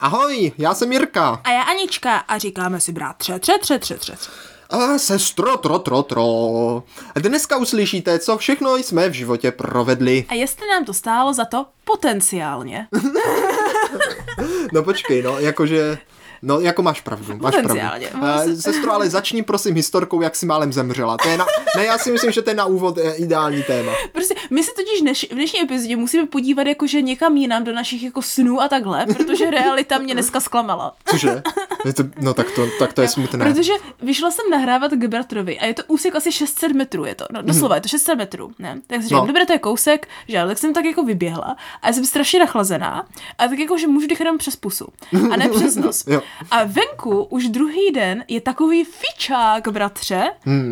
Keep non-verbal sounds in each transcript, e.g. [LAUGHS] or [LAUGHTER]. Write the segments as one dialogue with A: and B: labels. A: Ahoj, já jsem Jirka.
B: A já Anička a říkáme si bratře, tře, tře, tře, tře, tře.
A: A sestro, tro, tro, tro. Dneska uslyšíte, co všechno jsme v životě provedli.
B: A jestli nám to stálo za to potenciálně. [LAUGHS]
A: No počkej, no, jakože... No, jako máš pravdu, máš pravdu.
B: Potenciálně,
A: Eh,
B: musím-
A: Sestro, ale začni prosím historkou, jak si málem zemřela. To je na... Ne, já si myslím, že to je na úvod eh, ideální téma.
B: Prostě my se totiž dneš, v dnešní epizodě musíme podívat jakože někam jinam do našich jako snů a takhle, protože realita mě dneska zklamala.
A: Cože? Je to- No tak to, tak to je smutné.
B: Protože vyšla jsem nahrávat k bratrovi a je to úsek asi 600 metrů, je to. No, doslova, je to 600 metrů, ne? Tak si
A: Mhm.
B: říkám,
A: No.
B: no. dobré, to je kousek, že jo, tak jsem tak jako vyběhla a jsem strašně nachlazená a tak jako, že můžu dýchat jenom přes pusu a ne
A: [LAUGHS]
B: přes nos.
A: Jo.
B: a venku už druhý den je takový fičák, bratře,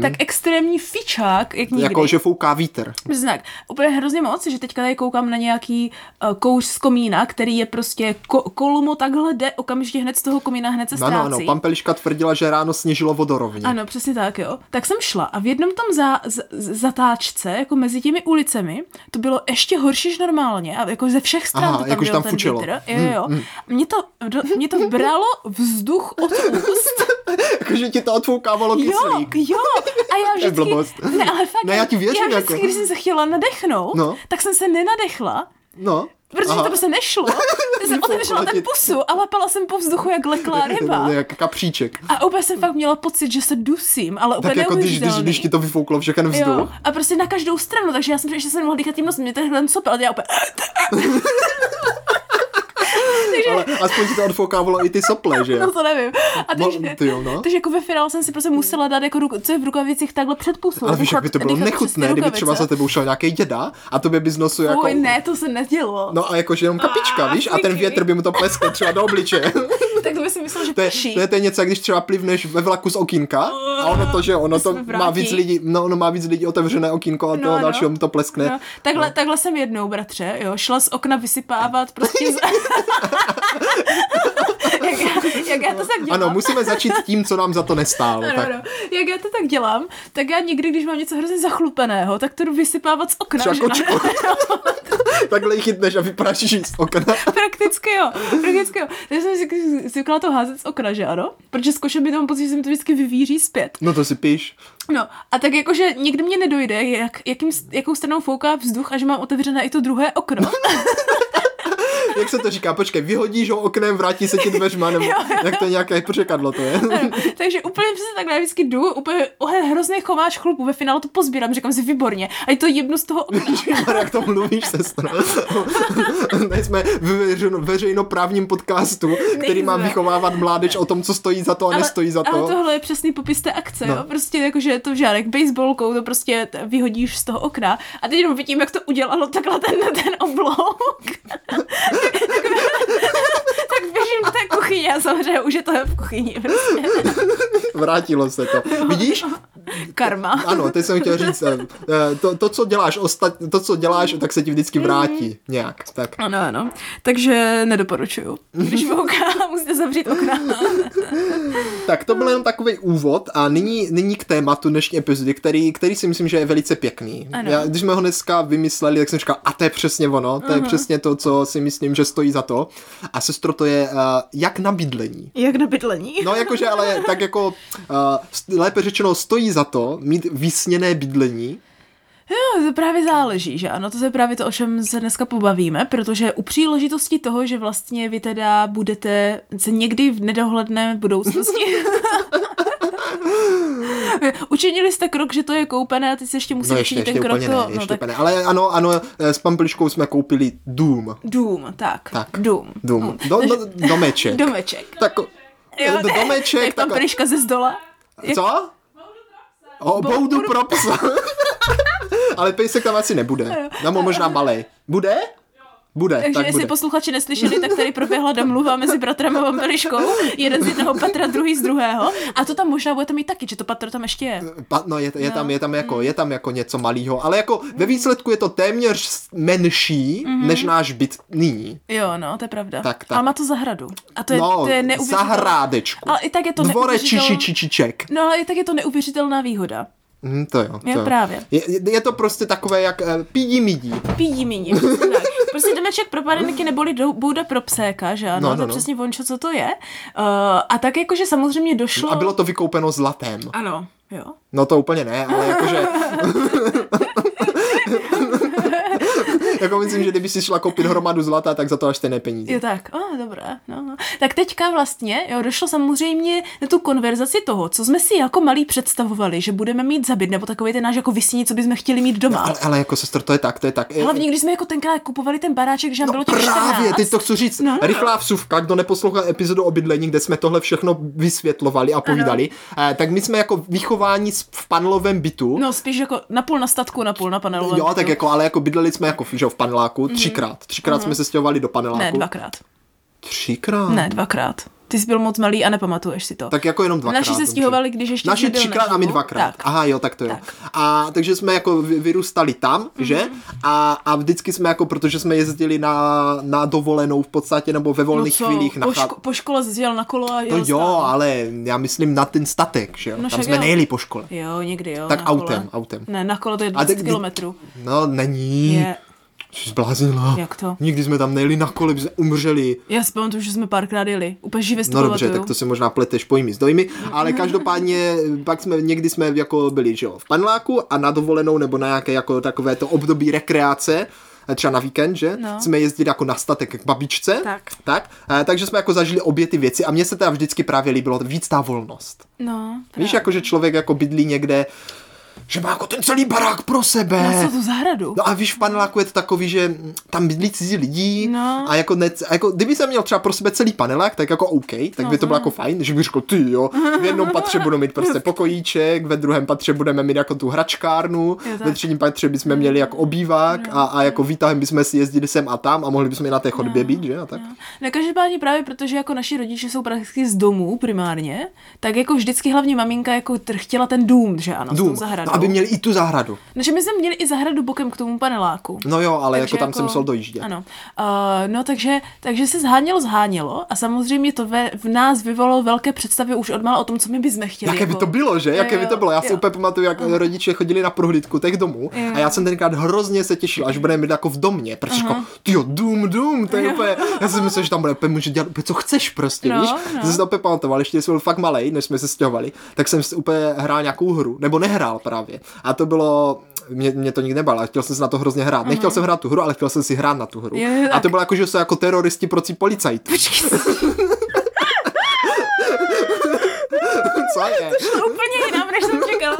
B: tak extrémní fičák, jak nikdy.
A: Mhm. Jako, že fouká vítr.
B: Znak. Úplně hrozně moc, že teďka tady koukám na nějaký uh, kouř z komína, který je prostě ko- kolumo takhle jde okamžitě hned z toho komína, hned se
A: No,
B: ztrácí.
A: no, ano, pampeliška tvrdila, že ráno sněžilo vodorovně.
B: Ano, přesně tak, jo. Tak jsem šla a v jednom tom za, za, zatáčce, jako mezi těmi ulicemi, to bylo ještě horší než normálně. A jako ze všech stran
A: Aha,
B: to tam
A: jakož
B: byl
A: tam Hmm,
B: ten
A: fučelo.
B: vítr. Jo, jo, jo. Mě to, do, mě to bralo vzduch od
A: [LAUGHS]
B: úst.
A: Jakože ti to odfoukávalo
B: Jo,
A: kyslík.
B: jo. A já vždycky...
A: blbost.
B: Ne, ale fakt.
A: Ne, já ti věřím,
B: Já vždycky,
A: jako.
B: když jsem se chtěla nadechnout,
A: No.
B: tak jsem se nenadechla.
A: No.
B: Protože
A: Aha.
B: to
A: [LAUGHS]
B: prostě nešlo. Tak jsem otevřela ten
A: Platit.
B: pusu a lapala jsem po vzduchu jak leklá
A: [LAUGHS]
B: ryba.
A: Jak kapříček.
B: A úplně jsem fakt měla pocit, že se dusím, ale úplně
A: Tak jako když, když,
B: neuvěřitelný.
A: když ti to vyfouklo všechen
B: Jo,
A: vzduch.
B: a prostě na každou stranu, takže já jsem ještě jsem mohla dýchat tím nosem, mě tenhle copel, ale já úplně... "Eh,
A: Ale aspoň ti to odfoukávalo i ty sople, že
B: No
A: jo?
B: to nevím. A
A: No,
B: takže,
A: ty jo, no.
B: takže jako ve finále jsem si prostě musela dát jako ruku, co je v rukavicích takhle před pusu.
A: Ale víš, jak
B: dýchat-
A: by to bylo
B: dýchat přes ty
A: nechutné, kdyby třeba za
B: rukavice.
A: tebou šel nějaký děda a tobě by z nosu jako...
B: Fuj, ne, Ah, to se nedělo.
A: No a jakože jenom kapička, víš? A ten
B: fuj.
A: větr by mu to pleskl třeba do obličeje.
B: [LAUGHS] Tak to by si myslel, že
A: To je,
B: peší.
A: to je, to je něco, jak když třeba plivneš ve vlaku z okýnka a ono to, že ono
B: To se
A: to
B: mi
A: má
B: vrátí.
A: víc lidí, no ono má víc lidí otevřené okýnko a toho
B: ano.
A: dalšího mu to pleskne.
B: No, takhle, takhle jsem jednou, bratře, jo, šla z okna vysypávat prostě z... [LAUGHS] jak, já, jak já to tak dělám.
A: Ano, musíme začít tím, co nám za to nestálo.
B: Ano,
A: tak.
B: ano. Jak já to tak dělám, tak já někdy, když mám něco hrozně zachlupeného, tak to jdu vysypávat z okna.
A: Třeba
B: že ano? [LAUGHS]
A: kočku. Takhle ji chytneš a vyprašíš z okna.
B: [LAUGHS] Prakticky jo, prakticky jo. Takže jsem si zvykla to házet z okna, že ano? Protože s košem by tam pocit, že se mi to vždycky vyvíří zpět.
A: No to si píš.
B: No a tak jakože někdy mě nedojde, jak, jakým, jakou stranou fouká vzduch a že mám otevřené i to druhé okno. [LAUGHS]
A: Jak se to říká? Počkej, vyhodíš ho oknem, vrátí se ti dveřma, nebo jak to je nějaké překadlo to je. [LAUGHS]
B: Ano, Takže úplně přesně takhle já vždycky jdu, úplně ohe, hrozný chomáš chlupu, ve finále to pozbírám, říkám si výborně. A je to jedno z toho okna.
A: Ježišmar, jak to mluvíš, [LAUGHS] sestra. Tady jsme v veřejno- veřejnoprávním podcastu, který má
B: Nejsme.
A: vychovávat mládež o tom, co stojí za to a nestojí za
B: Ale
A: to.
B: tohle je přesný popis té akce,
A: No.
B: no. jo? Prostě jakože je to žárek baseballkou, to prostě t- vyhodíš z toho okna a teď jenom vidím, jak to udělalo takhle ten, ten oblouk. [LAUGHS] tak běžím do té kuchyně a samozřejmě už je to v kuchyni, prostě
A: Vrátilo se to. Vidíš?
B: karma.
A: Ano, teď jsem chtěl říct, eh, eh, to, to, co děláš, ostat, to, co děláš, tak se ti vždycky vrátí nějak. Tak.
B: Ano, ano. Takže nedoporučuju. Když bouká, musíte zavřít okna.
A: Tak to byl jenom takový úvod a nyní, nyní k tématu dnešní epizody, který, který si myslím, že je velice pěkný.
B: Ano.
A: Já, když jsme ho dneska vymysleli, tak jsem říkal, a to je přesně ono, to je přesně to, co si myslím, že stojí za to. A sestro, to je uh, jak na bydlení.
B: Jak na bydlení.
A: No jakože, ale [LAUGHS] tak jako, uh, st- lépe řečeno, stojí za to mít vysněné bydlení.
B: No, to právě záleží, že ano, to je právě to, o čem se dneska pobavíme, protože u příležitosti toho, že vlastně vy teda budete se někdy v nedohledné budoucnosti... [LAUGHS] Učinili jste krok, že to je koupené a teď se ještě musí
A: No ještě,
B: učinit
A: ještě
B: ten krok
A: úplně
B: to...
A: ne, ještě úplně ne. Ale ano, ano, eh, s Pampeliškou jsme koupili dům.
B: Dům, tak.
A: Tak.
B: Dům.
A: Dům. Do, No. do, domeček.
B: Domeček.
A: Tak, jo,
B: to je- to je
A: domeček, tak,
B: pampeliška ze zdola. Jak-
A: Co? O, boudu pro
B: [LAUGHS]
A: psa. Ale pejsek tam asi nebude. Nebo možná malej. Bude? Bude,
B: Takže
A: tak
B: jestli
A: bude.
B: posluchači neslyšeli, tak tady proběhla domluva mezi bratrem a vampiriškou, jeden z jednoho patra, druhý z druhého. A to tam možná budete mít taky, že to patro tam ještě je.
A: Pa, no, je, je, tam, je, tam
B: Mm.
A: jako, je tam jako něco malého, ale jako ve výsledku je to téměř menší
B: Mhm.
A: než náš byt nyní.
B: Jo, no, to je pravda.
A: Tak, tak.
B: Ale má to zahradu. A to je,
A: no,
B: to je neuvěřitelná.
A: zahrádečku.
B: Ale i tak je to neuvěřitelná-
A: Dvorečičičiček.
B: No, ale i tak je to neuvěřitelná výhoda.
A: Hm, to jo, to
B: Jo, právě.
A: Je, je to prostě takové jak uh, pídí midí.
B: [LAUGHS] Pídí míní. přesně tak. Prostě domeček pro parenky neboli dou- bouda pro pséka, že ano?
A: No,
B: No,
A: no,
B: no, to
A: no.
B: přesně vončo, co to je. Uh, a tak jakože samozřejmě došlo...
A: A bylo to vykoupeno zlatem.
B: Ano, jo.
A: No to úplně ne, ale
B: [LAUGHS]
A: jakože... jako myslím, že kdyby si šla koupit hromadu zlata, tak za to až stejné peníze.
B: Jo tak, oh, dobré. No, no. Tak teďka vlastně jo, došlo samozřejmě na tu konverzaci toho, co jsme si jako malí představovali, že budeme mít zabit, nebo takový ten náš jako vysní, co bychom chtěli mít doma.
A: Ale, ale jako sestr, to je tak, to je tak.
B: Hlavně, když jsme jako tenkrát kupovali ten baráček, že nám bylo těch 14.
A: No, Právě, teď to chci říct.
B: No.
A: Rychlá vsuvka, kdo neposlouchal epizodu o bydlení, kde jsme tohle všechno vysvětlovali a povídali, eh, tak my jsme jako vychováni s- v panelovém bytu.
B: No, spíš jako napůl na statku, napůl na panelovém.
A: jo, tak
B: bytu.
A: jako, ale jako bydleli jsme jako že, jo, v paneláku třikrát. Třikrát jsme se stěhovali do paneláku.
B: Mhm. Ne, dvakrát.
A: Třikrát?
B: Ne, dvakrát. Ty jsi byl moc malý a nepamatuješ si to.
A: Tak jako jenom dvakrát.
B: Naši se
A: dobře.
B: stěhovali, když ještě
A: Naši
B: nebyl
A: třikrát a my
B: naživu.
A: dvakrát.
B: Tak.
A: Aha, jo, tak to jo.
B: Tak. Mhm.
A: A takže jsme jako vy- vyrůstali tam, že? A, a vždycky jsme jako, protože jsme jezdili na, na dovolenou v podstatě, nebo ve volných
B: No co,
A: chvílích na
B: po,
A: chát-
B: ško- po škole jsi jel na kolo a
A: To
B: jel
A: jo,
B: stále.
A: ale já myslím na ten statek, že jo?
B: No
A: Tam
B: však
A: jsme
B: jo.
A: nejeli po škole.
B: Jo, někdy jo.
A: Tak
B: na
A: autem,
B: kole.
A: autem.
B: Ne, na kolo to je
A: A
B: 20
A: tak-
B: kilometrů.
A: No, není.
B: Je.
A: Jsi zbláznila.
B: Jak to?
A: Nikdy jsme tam nejeli na kole, by jsme umřeli.
B: Já si pamatuju, že jsme párkrát jeli. Úplně živě si to
A: No dobře,
B: pamatuju.
A: tak to se možná pleteš pojmy s dojmy, ale každopádně eh, pak jsme někdy jsme jako byli, že jo, v panláku a na dovolenou nebo na nějaké jako takové to období rekreace, eh, třeba na víkend, že?
B: No.
A: Jsme jezdili jako na statek k babičce.
B: Tak.
A: tak. Eh, takže jsme jako zažili obě ty věci a mně se teda vždycky právě líbilo víc ta volnost.
B: No,
A: Víš, jako že člověk jako bydlí někde, že má jako ten celý barák pro sebe.
B: Na co tu zahradu?
A: No a víš, v paneláku je to takový, že mm, tam bydlí cizí lidi
B: No.
A: a jako, ne, a jako kdyby jsem měl třeba pro sebe celý panelák, tak jako OK, tak
B: No,
A: by to bylo
B: no.
A: jako fajn, že bych řekl, ty jo, v jednom patře budu mít prostě pokojíček, ve druhém patře budeme mít jako tu hračkárnu,
B: Jo, tak. No.
A: ve třetím patře bychom měli jako obývák a, a jako výtahem bychom si jezdili sem a tam a mohli bychom i na té chodbě být, že? A tak.
B: No. Na každopádně právě protože jako naši rodiče jsou prakticky z domů primárně, tak jako vždycky hlavně maminka jako tr- chtěla ten dům, že ano, s tou
A: Dům,
B: zahradou.
A: no, aby měli i tu zahradu.
B: Takže my jsme měli i zahradu bokem k tomu paneláku.
A: No jo, ale jako tam jsem musel dojíždět.
B: Ano. Uh, no takže, takže se zhánělo, zhánělo a samozřejmě to ve, v nás vyvolalo velké představy už odmala o tom, co my bychom chtěli.
A: Jaké by
B: jako-
A: to
B: [LAUGHS]
A: bylo, že?
B: Jo,
A: Jaké by
B: jo,
A: to bylo? Já si
B: jo. Mm.
A: úplně pamatuju, jak rodiče chodili na prohlídku těch domů a já jsem tenkrát hrozně se těšil, až budeme mít jako v domě, protože jako, tyjo, dům, dům, to je úplně, já jsem myslel, že tam bude úplně může dělat úplně co chceš prostě,
B: No,
A: víš?
B: no.
A: Já jsem si to úplně pamatoval, ještě když jsem byl fakt malej, než jsme se stěhovali, tak jsem si úplně hrál nějakou hru, nebo nehrál právě. A to bylo, mě, mě to nikdy nebalo, chtěl jsem si na to hrozně hrát. Nechtěl jsem hrát tu hru, ale chtěl jsem si hrát na tu hru.
B: Mhm. Jo,
A: a to
B: tak.
A: bylo jako, že jsou jako teroristi proti policajtů.
B: [LAUGHS]
A: Co je?
B: To úplně jinam, než jsem čekala.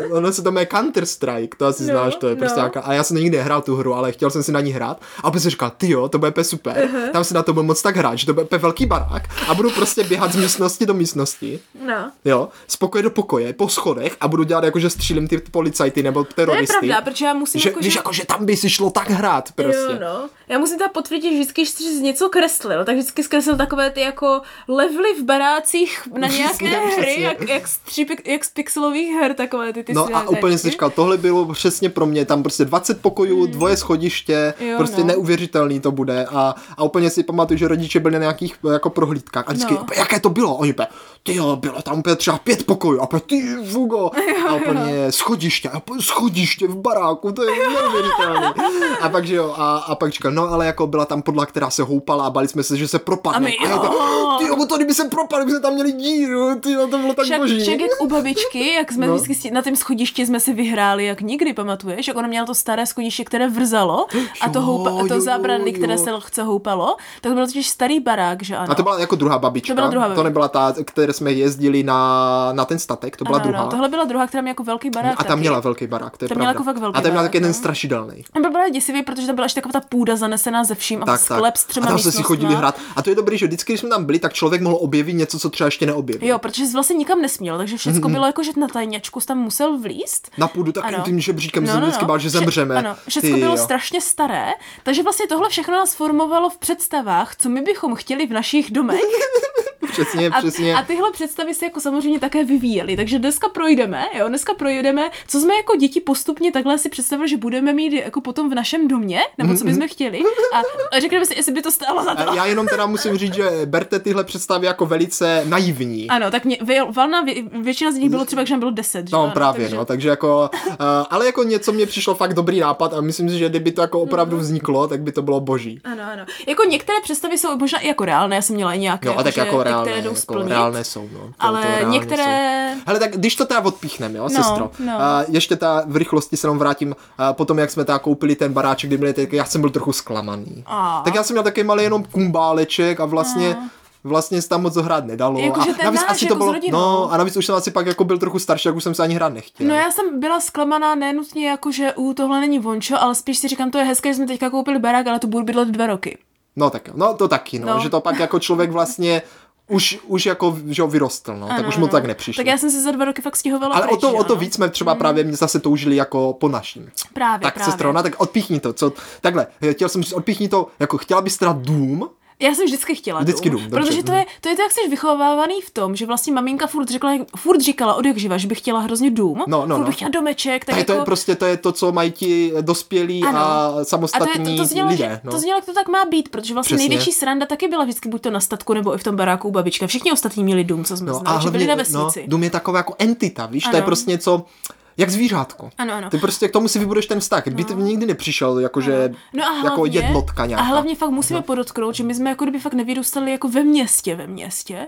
A: Eh, Ono se to jmenuje Counter-Strike, to asi no,
B: No,
A: znáš, to je prostě
B: no.
A: nějaká, a já jsem nikdy nehrál tu hru, ale chtěl jsem si na ní hrát a pak jsem říkal, ty jo, to bude pe super, uh-huh. tam si na to budu moc tak hrát, že to bude pe velký barák a budu prostě běhat z místnosti do místnosti,
B: No.
A: jo, z pokoje do pokoje, po schodech a budu dělat jako, že střílím ty policajty nebo
B: To je
A: teroristy.
B: pravda, protože já musím
A: že,
B: jako,
A: víš,
B: že...
A: jako, že tam by si šlo tak hrát prostě.
B: Jo, no. Já musím teda potvrdit, že vždycky, když jsi něco kreslil, tak vždycky zkreslil takové ty jako levely v barácích na nějaké
A: Přesně,
B: hry,
A: přesně.
B: jak, jak, z tří, pik- jak z pixelových her, takové ty ty
A: No a
B: světečky.
A: úplně jsem říkal, tohle bylo přesně pro mě, tam prostě 20 pokojů, mm. dvoje schodiště, jo,
B: Hmm. Jo,
A: prostě no.
B: no.
A: neuvěřitelný to bude a, a úplně si pamatuju, že rodiče byli na nějakých jako prohlídkách a vždycky,
B: No.
A: no. jaké to bylo? Oni pe, ty jo, bylo tam úplně třeba pět pokojů a pe, ty
B: [LAUGHS]
A: fugo, a
B: no.
A: úplně schodiště, a pe, schodiště v baráku, to je neuvěřitelný. A pak, že jo, a, a pak říkal, no ale jako byla tam podla, která se houpala a bali jsme se, že se propadne.
B: A my,
A: já úplně,
B: jo.
A: ty jo, to kdyby se propadl, kdyby jsme tam měli díru, ty jo, to bylo tak
B: Však,
A: boží.
B: však jak u babičky, jak jsme
A: No.
B: no. vždycky s tí- na tom schodišti jsme si vyhráli, jak nikdy, pamatuješ? Jak ona měla to staré schodiště, které vrzalo a to,
A: Jo,
B: houpa, a
A: jo, jo,
B: to zábradlí, které
A: jo.
B: se lehce houpalo, tak to byl totiž starý barák, že ano?
A: A to byla jako druhá babička.
B: To byla druhá
A: To
B: babička.
A: nebyla ta, které jsme jezdili na, na ten statek, to byla
B: Ano,
A: druhá.
B: No, tohle byla druhá, která měla jako velký barák.
A: a tam
B: taky.
A: měla velký barák, to je
B: Tam
A: pravda.
B: měla jako fakt velký
A: a tam měla
B: barák,
A: taky jeden
B: no.
A: strašidelný.
B: A byl právě děsivý, protože tam byla ještě taková ta půda zanesená ze vším a
A: Tak, tak.
B: sklep no. s
A: A
B: třema
A: tam jsme si
B: místnostma.
A: chodili hrát. A to je dobrý, že vždycky, když jsme tam byli, tak člověk mohl objevit něco, co třeba ještě neobjevil.
B: Jo, protože jsi vlastně nikam nesměl,
A: [LAUGHS]
B: takže všechno bylo jako, že na tajňačku jsi tam musel vlíst.
A: Na půdu takovým
B: Ano. No,
A: tím žebříkem jsem vždycky bál, že
B: Vše-
A: zemřeme.
B: Ano, všechno
A: Ty
B: bylo
A: jo.
B: strašně staré,
A: [LAUGHS]
B: takže vlastně tohle všechno nás formovalo v představách, co my bychom chtěli v našich domech.
A: přesně,
B: A,
A: přesně.
B: a tyhle představy se jako samozřejmě také vyvíjely, takže dneska projdeme, jo, dneska projdeme, co jsme jako děti postupně takhle si představili, že budeme mít jako potom v našem domě, nebo
A: Mhm,
B: co bychom chtěli, a, a řekneme si, jestli by to stálo za to.
A: Já jenom teda musím říct, že berte tyhle představy jako velice naivní.
B: Ano, tak mě, vě, valna, vě, většina z nich bylo třeba, když nám bylo 10. že
A: No,
B: ano,
A: právě,
B: takže,
A: no, takže jako, uh, ale jako něco mě přišlo fakt dobrý nápad a myslím si, že kdyby to jako opravdu
B: Mhm.
A: vzniklo, tak by to bylo boží.
B: Ano, ano. Jako některé představy jsou možná i jako reálné, já jsem měla i nějaké,
A: No a tak
B: že
A: jako reálné,
B: některé jdou
A: jako
B: splnit,
A: reálné jsou, no. To,
B: ale
A: to reálně jsou.
B: některé...
A: Hele, tak když to teda odpíchneme, jo,
B: No,
A: sestro.
B: no.
A: A ještě ta v rychlosti se jenom vrátím. A potom, jak jsme teda koupili ten baráček, kdy byli, tak já jsem byl trochu zklamaný.
B: A.
A: Tak já jsem měl taky malý jenom kumbáleček a vlastně vlastně se tam moc hrát nedalo.
B: Jakože
A: a
B: ten náš, jako s rodinou.
A: no, a navíc už jsem asi pak jako byl trochu starší, jak už jsem se ani hrát nechtěl.
B: No já jsem byla zklamaná nenutně jako, že u tohle není vončo, ale spíš si říkám, to je hezké, že jsme teďka koupili barák, ale tu budu bydlet dva roky.
A: No tak jo, no to taky, no,
B: No.
A: no. že to pak jako člověk vlastně už, už jako že jo, vyrostl, no, ano, tak už mu tak nepřišlo.
B: Tak já jsem se za dva roky fakt stěhovala
A: ale o
B: pryč, no.
A: to,
B: že
A: o to
B: ano. Hmm.
A: víc jsme třeba právě zase toužili jako po naším.
B: Právě,
A: tak
B: právě.
A: sestro, no, tak odpíchni to, co, takhle, chtěl jsem říct, odpíchni to, jako chtěla bys teda dům,
B: Já jsem vždycky chtěla
A: Vždycky
B: dům,
A: dům, dobře,
B: protože to
A: mhm.
B: je, to je to, jak jsi vychovávaný v tom, že vlastně maminka furt, řekla, furt říkala od jak živa, že bych chtěla hrozně dům,
A: No, no,
B: furt
A: no.
B: bych chtěla domeček, tak
A: tak to
B: jako...
A: je prostě, to je to, co mají ti dospělí
B: Ano.
A: a
B: A to, je, to,
A: samostatní
B: to, znělo,
A: lidé.
B: že,
A: no.
B: to znělo, jak to tak má být, protože vlastně
A: Přesně.
B: největší sranda taky byla vždycky buď to na statku nebo i v tom baráku u babička. Všichni ostatní měli dům, co jsme no, znali, že byli na vesnici.
A: dům je taková jako entita, víš, to je
B: Ano.
A: prostě něco, jak zvířátko.
B: Ano, ano.
A: Ty prostě k tomu si vybudeš ten vztah. By to nikdy nepřišel jakože
B: No a hlavně,
A: jako jednotka nějaká.
B: A hlavně fakt musíme no. podotknout, že my jsme jako kdyby fakt nevyrůstali jako ve městě, ve městě.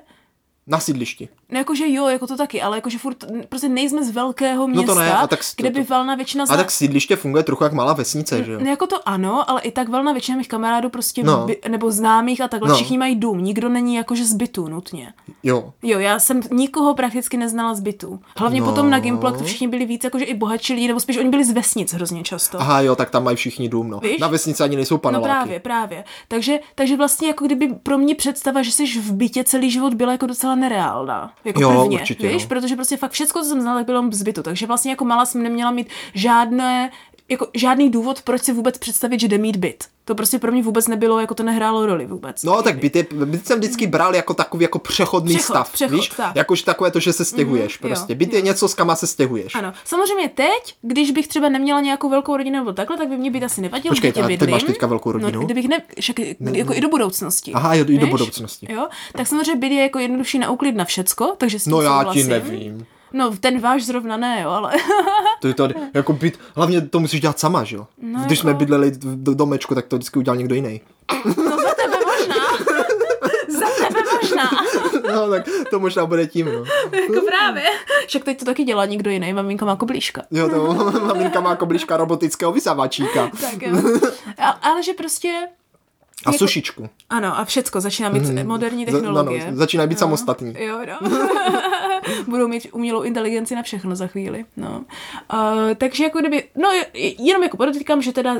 A: Na sídlišti.
B: No jakože jo, jako to taky, ale jakože furt n- prostě nejsme z velkého
A: No to
B: města,
A: ne, a tak s-
B: kde by
A: to-
B: valná většina
A: A
B: zná...
A: tak sídliště funguje trochu jak malá vesnice, že jo?
B: No jako to ano, ale i tak valná většina mých kamarádů prostě, no.
A: No.
B: by, nebo známých a takhle, no.
A: No.
B: všichni mají dům, nikdo není jakože z bytu nutně.
A: Jo.
B: Jo, já jsem nikoho prakticky neznala z bytu. Hlavně no.
A: No.
B: potom na Gimplu, jak to všichni byli víc jakože i bohatší lidi, nebo spíš oni byli z vesnic hrozně často.
A: Aha, jo, tak tam mají všichni dům, no.
B: No. Víš?
A: Na vesnici ani nejsou
B: No
A: paneláky.
B: právě, právě. Takže, takže vlastně jako kdyby pro mě představa, že jsi v bytě celý život byla jako docela nereálná. Jako
A: Jo,
B: prvně,
A: určitě,
B: víš?
A: no.
B: Protože prostě fakt všechno, co jsem znala, tak bylo z bytu. Takže vlastně jako malá jsem neměla mít žádné, jako žádný důvod, proč si vůbec představit, že jde mít byt. To prostě pro mě vůbec nebylo, jako to nehrálo roli vůbec.
A: No, tak byt, je, byt jsem vždycky bral jako takový jako přechodný
B: Přechod,
A: stav,
B: přechod,
A: víš?
B: tak.
A: Jakože takové to, že se stěhuješ
B: Mhm, jo,
A: prostě. Byt je něco, s kama se stěhuješ.
B: Ano, samozřejmě teď, když bych třeba neměla nějakou velkou rodinu nebo takhle, tak by mě být asi nevadilo.
A: Počkej,
B: v bytě
A: a ty
B: bydlím.
A: máš teďka velkou rodinu?
B: No, kdybych ne, však, jako i do budoucnosti.
A: Aha, jo, i do
B: víš?
A: budoucnosti.
B: Jo, tak samozřejmě byt je jako jednodušší na úklid na všecko, takže s tím
A: No, já ti
B: souhlasím.
A: nevím.
B: No, ten váš zrovna ne, jo, ale [LAUGHS]
A: To je tady, jako byt, hlavně to musíš dělat sama, že jo? No, Když jsme
B: jako-
A: bydleli v do- domečku, tak to vždycky udělal někdo jiný. [LAUGHS]
B: no za tebe možná. za tebe
A: [LAUGHS]
B: možná.
A: No, tak to možná bude tím, no.
B: jako právě. Však teď to taky dělá někdo jiný, maminka má koblížka.
A: Jo, to [LAUGHS] maminka má koblička robotického vysavačíka.
B: Tak jo. A, ale že prostě,
A: A sušičku.
B: ano, a všecko začíná mít moderní
A: Za- no, no,
B: technologie.
A: začínají být samostatní.
B: [LAUGHS] Jo, no. Budou mít umělou inteligenci na všechno za chvíli, no. Uh, takže jako kdyby, no je- jenom jako podotýkám, že teda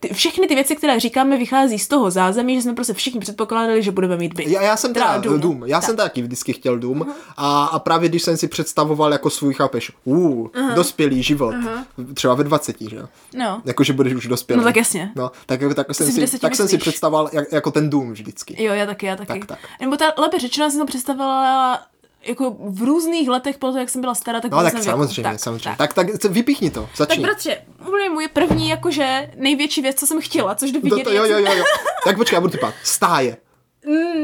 B: ty, všechny ty věci, které říkáme, vychází z toho zázemí, že jsme prostě všichni předpokládali, že budeme mít byt.
A: Já, já jsem teda
B: Teda dům.
A: dům. dům. Já jsem taky vždycky chtěl dům. A, a právě když jsem si představoval jako svůj, chápeš, uh, dospělý život. Třeba ve 20, že jo?
B: No.
A: Jako, že budeš už dospělý.
B: No tak jasně.
A: No, tak, jako- tak,
B: v
A: jsem, si,
B: deseti
A: tak jsem si
B: myslíš.
A: představoval jak, jako ten dům vždycky.
B: Jo, já taky, já taky.
A: Tak, tak.
B: Nebo ta, lépe řečeno, jsem to představila jako v různých letech, podle toho, jak jsem byla stará, tak v
A: No tak
B: různém věku.
A: samozřejmě, samozřejmě. Tak, tak, tak vypichni to,
B: Tak
A: začni.
B: bratře, úplně můj první jakože největší věc, co jsem chtěla, což jdu
A: No to,
B: vidět.
A: to, jo, jo, jo, jo. Tak počkej, já budu typat. Stáje.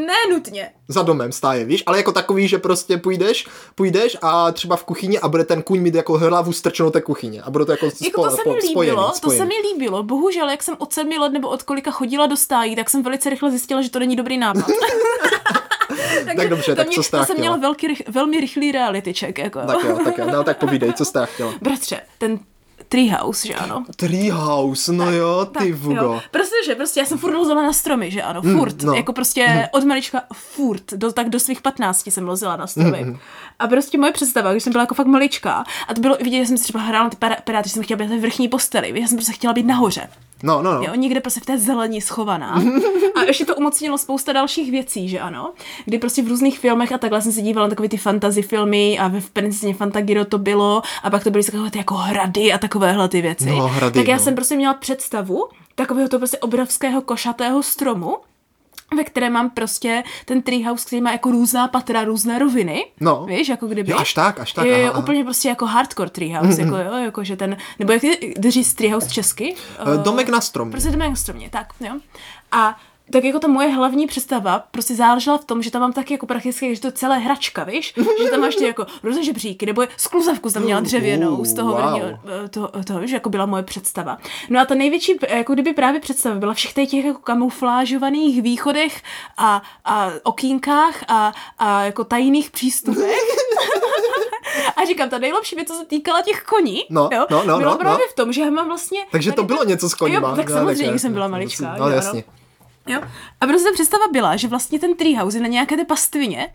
B: Ne nutně.
A: Za domem stáje, víš, ale jako takový, že prostě půjdeš, půjdeš a třeba v kuchyni a bude ten kuň mít jako hlavu strčenou té kuchyně a bude to jako, spo,
B: Jako to se
A: po-
B: mi líbilo,
A: spojený,
B: to se
A: spojený.
B: mi líbilo. Bohužel, jak jsem od sedmi let nebo od kolika chodila do stájí, tak jsem velice rychle zjistila, že to není
A: [LAUGHS]
B: dobrý nápad. Takže
A: Tak dobře,
B: to
A: tak co jste
B: to jsem
A: chtěla?
B: měla velký, rych- velmi rychlý reality check. Jako.
A: Tak jo, tak jo, no tak povídej, co jste chtěla.
B: Bratře, ten Treehouse, že ano?
A: Treehouse, no jo, ty
B: Tak,
A: vugo.
B: jo. Prostě, že prostě já jsem furt lozila na stromy, že ano, furt.
A: no.
B: Jako prostě od malička furt, do, tak do svých 15 jsem lozila na stromy. A prostě moje představa, když jsem byla jako fakt maličká, a to bylo vidět, že jsem si třeba hrála na ty pará- piráty, že jsem chtěla být na té vrchní posteli, víš, já jsem prostě chtěla být nahoře.
A: No, no, no.
B: Jo, někde prostě v té
A: [LAUGHS]
B: zelení schovaná. A ještě to umocnilo spousta dalších věcí, že ano? Kdy prostě v různých filmech a takhle jsem se dívala na takové ty fantasy filmy a ve v Penzině Fantagiro to bylo a pak to byly takové ty jako hrady a takovéhle ty věci.
A: No, hrady,
B: tak já
A: no.
B: jsem prostě měla představu takového to prostě obrovského košatého stromu, ve které mám prostě ten treehouse, který má jako různá patra, různé roviny.
A: No.
B: Víš, jako kdyby.
A: Jo, až tak, až tak,
B: Jo, jo,
A: aha, aha.
B: úplně prostě jako hardcore treehouse, jako jo, jako že ten, nebo jak jde říct treehouse česky?
A: Eh, Domek na stromě.
B: Prostě domek na stromě, tak, jo. A tak jako ta moje hlavní představa prostě záležela v tom, že tam mám taky jako prakticky, že to je celé hračka, víš? Že tam máš ty jako různé žebříky, nebo skluzavku jsem měla dřevěnou, z toho,
A: Wow.
B: wow. toho, toho, víš, jako byla moje představa. No a ta největší, jako kdyby právě představa byla všech těch jako kamuflážovaných východech a, a okýnkách a, a jako
A: [LAUGHS]
B: tajných přístupech. A říkám, ta nejlepší věc, co se týkala těch koní,
A: No,
B: jo,
A: no, no,
B: bylo
A: no,
B: právě
A: no.
B: v tom, že já mám vlastně...
A: Takže to
B: tady
A: bylo
B: ten-
A: něco s koněma.
B: Jo, tak
A: No,
B: samozřejmě,
A: tak
B: když jsem byla
A: jasně,
B: maličká.
A: no,
B: že ano.
A: jasně.
B: Jo. A prostě ta představa byla, že vlastně ten treehouse je na nějaké té pastvině.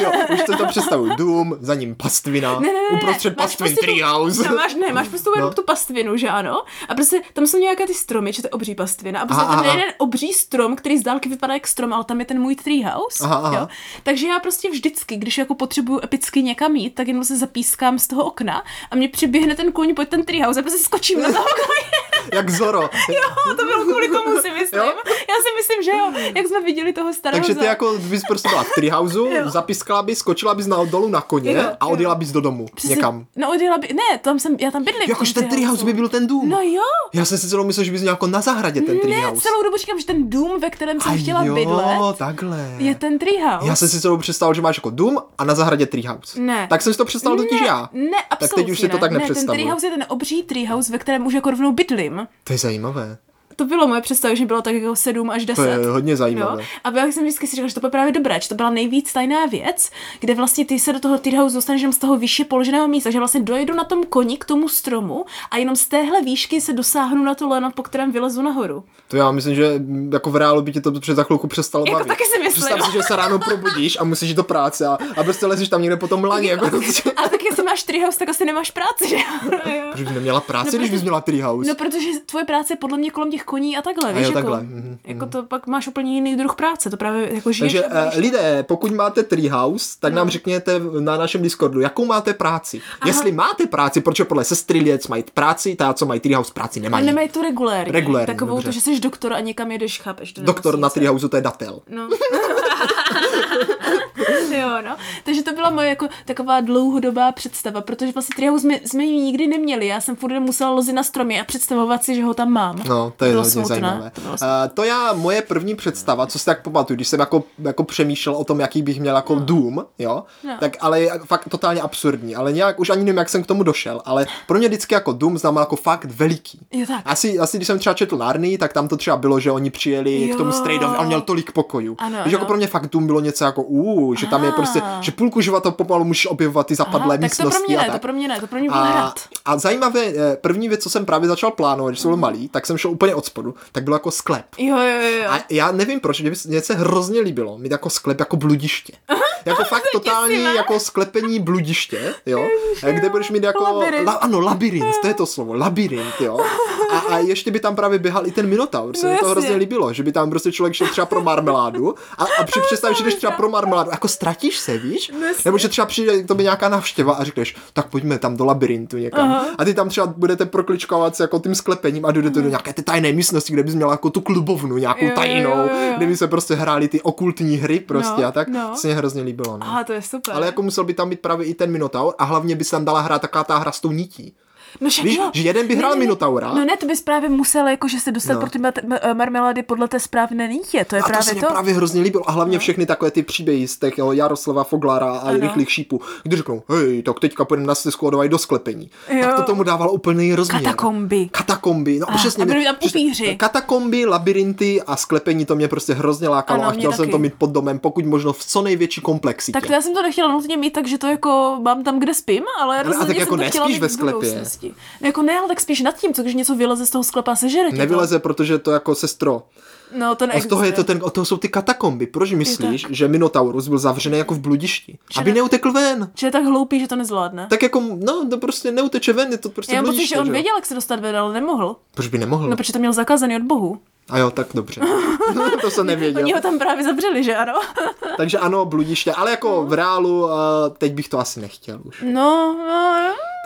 A: Jo, už to tam představuju. Dům, za ním pastvina,
B: Ne, ne, ne, ne,
A: uprostřed
B: máš
A: pastvin
B: prostě tu-
A: treehouse.
B: Tam máš, ne, máš prostě
A: No.
B: no. tu pastvinu, že ano? A prostě tam jsou nějaké ty stromy, že to je obří pastvina. A prostě
A: Aha,
B: tam je
A: aha.
B: jeden obří strom, který z dálky vypadá jak strom, ale tam je ten můj treehouse.
A: Aha, aha.
B: Jo? Takže já prostě vždycky, když jako potřebuju epicky někam jít, tak jenom se zapískám z toho okna a mě přiběhne ten kůň, pojď ten treehouse a prostě skočím na toho [LAUGHS] koně.
A: Jak Zoro.
B: [LAUGHS] Jo, to bylo kvůli tomu, si myslím.
A: Jo?
B: Já si myslím, že jo, jak jsme viděli toho starého.
A: Takže ty
B: za-
A: jako bys prostě byla v treehouse, zapiskala bys, skočila bys na dolů na koně
B: Jo,
A: a
B: jo.
A: odjela bys do domu
B: Přesně-
A: někam.
B: No, odjela by, ne, tam jsem, já tam bydlím. v
A: Jakože
B: tom
A: ten treehouse by byl ten dům.
B: No jo,
A: Já jsem si celou myslel, že bys měl jako na zahradě ten
B: ne,
A: treehouse.
B: celou dobu říkám, že ten dům, ve kterém jsem
A: A
B: chtěla
A: jo,
B: bydlet,
A: takhle.
B: je ten treehouse.
A: Já jsem si celou představil, že máš jako dům a na zahradě treehouse.
B: Ne.
A: Tak jsem si to představil totiž
B: ne,
A: já.
B: Ne, absolutně
A: Tak teď už si to tak
B: ne. ne ten
A: nepředstavuju.
B: treehouse je ten obří treehouse, ve kterém už jako rovnou bydlím.
A: To je zajímavé.
B: To bylo moje představa, že bylo tak jako 7 až 10.
A: To je hodně zajímavé.
B: A já jsem vždycky si říkala, že to bylo právě dobré, že to byla nejvíc tajná věc, kde vlastně ty se do toho treehouse dostaneš jenom z toho výše položeného místa, že vlastně dojedu na tom koni k tomu stromu a jenom z téhle výšky se dosáhnu na to leno, po kterém vylezu nahoru.
A: To já myslím, že mm, jako v reálu by ti to před za chvilku přestalo
B: Jako
A: bavit.
B: taky si myslím.
A: Představ si, že se ráno probudíš a musíš jít do práce a, a prostě lezeš tam někde po tom laně. Jako, protože
B: A tak jestli máš treehouse, tak asi nemáš práci, že?
A: [LAUGHS]
B: jo?
A: bys neměla práci,
B: No,
A: když bys
B: protože-
A: měla treehouse.
B: No, protože tvoje práce je podle mě kolem těch koní a takhle,
A: jo,
B: víš, jako,
A: takhle, mhm,
B: jako to pak máš úplně jiný druh práce, to právě jako žiješ.
A: Takže
B: a
A: eh,
B: budeš-
A: lidé, pokud máte treehouse, tak
B: No.
A: nám řekněte na našem Discordu, jakou máte práci. Jestli máte práci, protože podle sestry lidec mají práci, ta, co mají treehouse, práci
B: a
A: nemají.
B: nemají to regulérní,
A: Regulérní,
B: takovou
A: dobře.
B: to, že jsi doktor a někam jedeš, chápeš? do
A: Doktor na
B: nemocnice.
A: treehouse, to je datel.
B: No. [LAUGHS] jo, no. Takže to byla moje jako taková dlouhodobá představa, protože vlastně Treehouse jsme, jsme ji nikdy neměli. Já jsem furt jenom musela lozit na stromě a představovat si, že ho tam mám.
A: No, to je
B: Bylo
A: hodně
B: smutné,
A: zajímavé.
B: To bylo smutné.
A: Eh, to já, moje první představa, co si tak pamatuju, když jsem jako, jako přemýšlel o tom, jaký bych měl jako no. dům, jo, no.
B: No.
A: tak ale je fakt totálně absurdní, ale nějak už ani nevím, jak jsem k tomu došel, ale pro mě vždycky jako dům znamená jako fakt veliký.
B: Jo, tak.
A: Asi, asi když jsem třeba četl Narny, tak tam to třeba bylo, že oni přijeli jo. k tomu
B: Jo.
A: strejdovi a on měl tolik pokojů.
B: Ano,
A: že jako
B: ano.
A: pro mě fakt dům bylo něco jako ú, že tam je
B: Ah.
A: prostě, že půlku života pomalu musíš objevovat ty zapadlé
B: Aha, tak to
A: místnosti
B: pro mě
A: a
B: ne,
A: tak.
B: to pro mě ne, to pro mě byl
A: A,
B: hrad.
A: a zajímavé, eh, první věc, co jsem právě začal plánovat, když jsem byl malý, tak jsem šel úplně od spodu, tak bylo jako sklep.
B: Jo, jo, jo. jo.
A: A já nevím proč, mě by se- mě se hrozně líbilo mít jako sklep, jako
B: [LAUGHS]
A: bludiště. Jako fakt totální
B: děsivá.
A: jako sklepení bludiště, jo, kde budeš mít jako...
B: Labyrint.
A: La, ano, labirint, to je to slovo, labirint, jo. A, a ještě by tam právě běhal i ten Minotaur, se
B: No
A: mi to
B: jasně.
A: hrozně líbilo, že by tam prostě člověk šel třeba pro marmeládu a, a
B: [LAUGHS]
A: při představě, že jdeš třeba pro marmeládu, jako ztratíš se, víš?
B: no. jasně.
A: Nebo že třeba přijde k tobě nějaká návštěva a řekneš, tak pojďme tam do labirintu někam. Aha.
B: Aha.
A: A ty tam třeba budete prokličkovat s jako tím sklepením a dojdete
B: Mhm.
A: do nějaké ty tajné místnosti, kde bys měla jako tu klubovnu, nějakou
B: Jo, jo,
A: tajnou,
B: jo, jo, jo.
A: kde by se prostě hrály ty okultní hry prostě
B: No,
A: a tak.
B: no.
A: To se mě hrozně líbilo. No.
B: Aha, to je super.
A: Ale jako musel by tam být právě i ten Minotaur a hlavně by se tam dala hrát taková ta hra s tou nití.
B: No však
A: Víš,
B: jo.
A: že jeden by
B: Ne,
A: hrál
B: ne, ne.
A: Minotaura.
B: No ne, to bys právě musel jakože se dostat
A: No.
B: no. pro ty mat- m- marmelády podle té správné nítě, to je
A: A to se
B: právě
A: mě
B: to.
A: právě hrozně líbilo. A hlavně no. všechny takové ty příběhy z těch jo, Jaroslava Foglara a
B: Ano.
A: rychlých šípů, kdy řeknou, hej, tak teďka půjdeme na stezku a dovaj do sklepení. Jo.
B: Jo.
A: Tak to tomu dávalo úplný rozměr.
B: Katakomby.
A: Katakomby, no
B: A,
A: přesně.
B: a byly tam
A: přesně.
B: upíři.
A: Katakomby, labirinty a sklepení, to mě prostě hrozně lákalo
B: Ano,
A: a
B: mě
A: chtěl jsem
B: taky.
A: to mít pod domem, pokud možno v co největší komplexitě.
B: Tak to já jsem to nechtěla nutně mít, takže to jako mám tam, kde spím, ale
A: Ale a
B: rozhodně
A: tak jako
B: jsem to chtěla
A: nespíš
B: mít
A: ve
B: v
A: sklepě.
B: budoucnosti. No jako ne, ale tak spíš nad tím, co když něco vyleze z toho sklepa a sežere tě to.
A: Nevyleze, protože to jako sestro.
B: No to
A: A z
B: neexistuje.
A: toho, je to ten, od toho jsou ty katakomby. Proč myslíš, že Minotaurus byl zavřený jako v bludišti? Aby
B: ne-
A: neutekl ven.
B: Že je tak hloupý, že to nezvládne.
A: Tak jako, no, to prostě neuteče ven, je to prostě
B: já mám pocit,
A: bludiště.
B: že on
A: jo?
B: věděl, jak se dostat ven, ale nemohl.
A: Proč by nemohl?
B: No, protože to měl zakázaný od bohu.
A: A jo, tak
B: [LAUGHS]
A: dobře. [LAUGHS] to jsem nevěděl.
B: Oni ho tam právě zavřeli, že ano? [LAUGHS]
A: Takže ano, bludiště, ale jako v reálu uh, teď bych to asi nechtěl už.
B: No, no,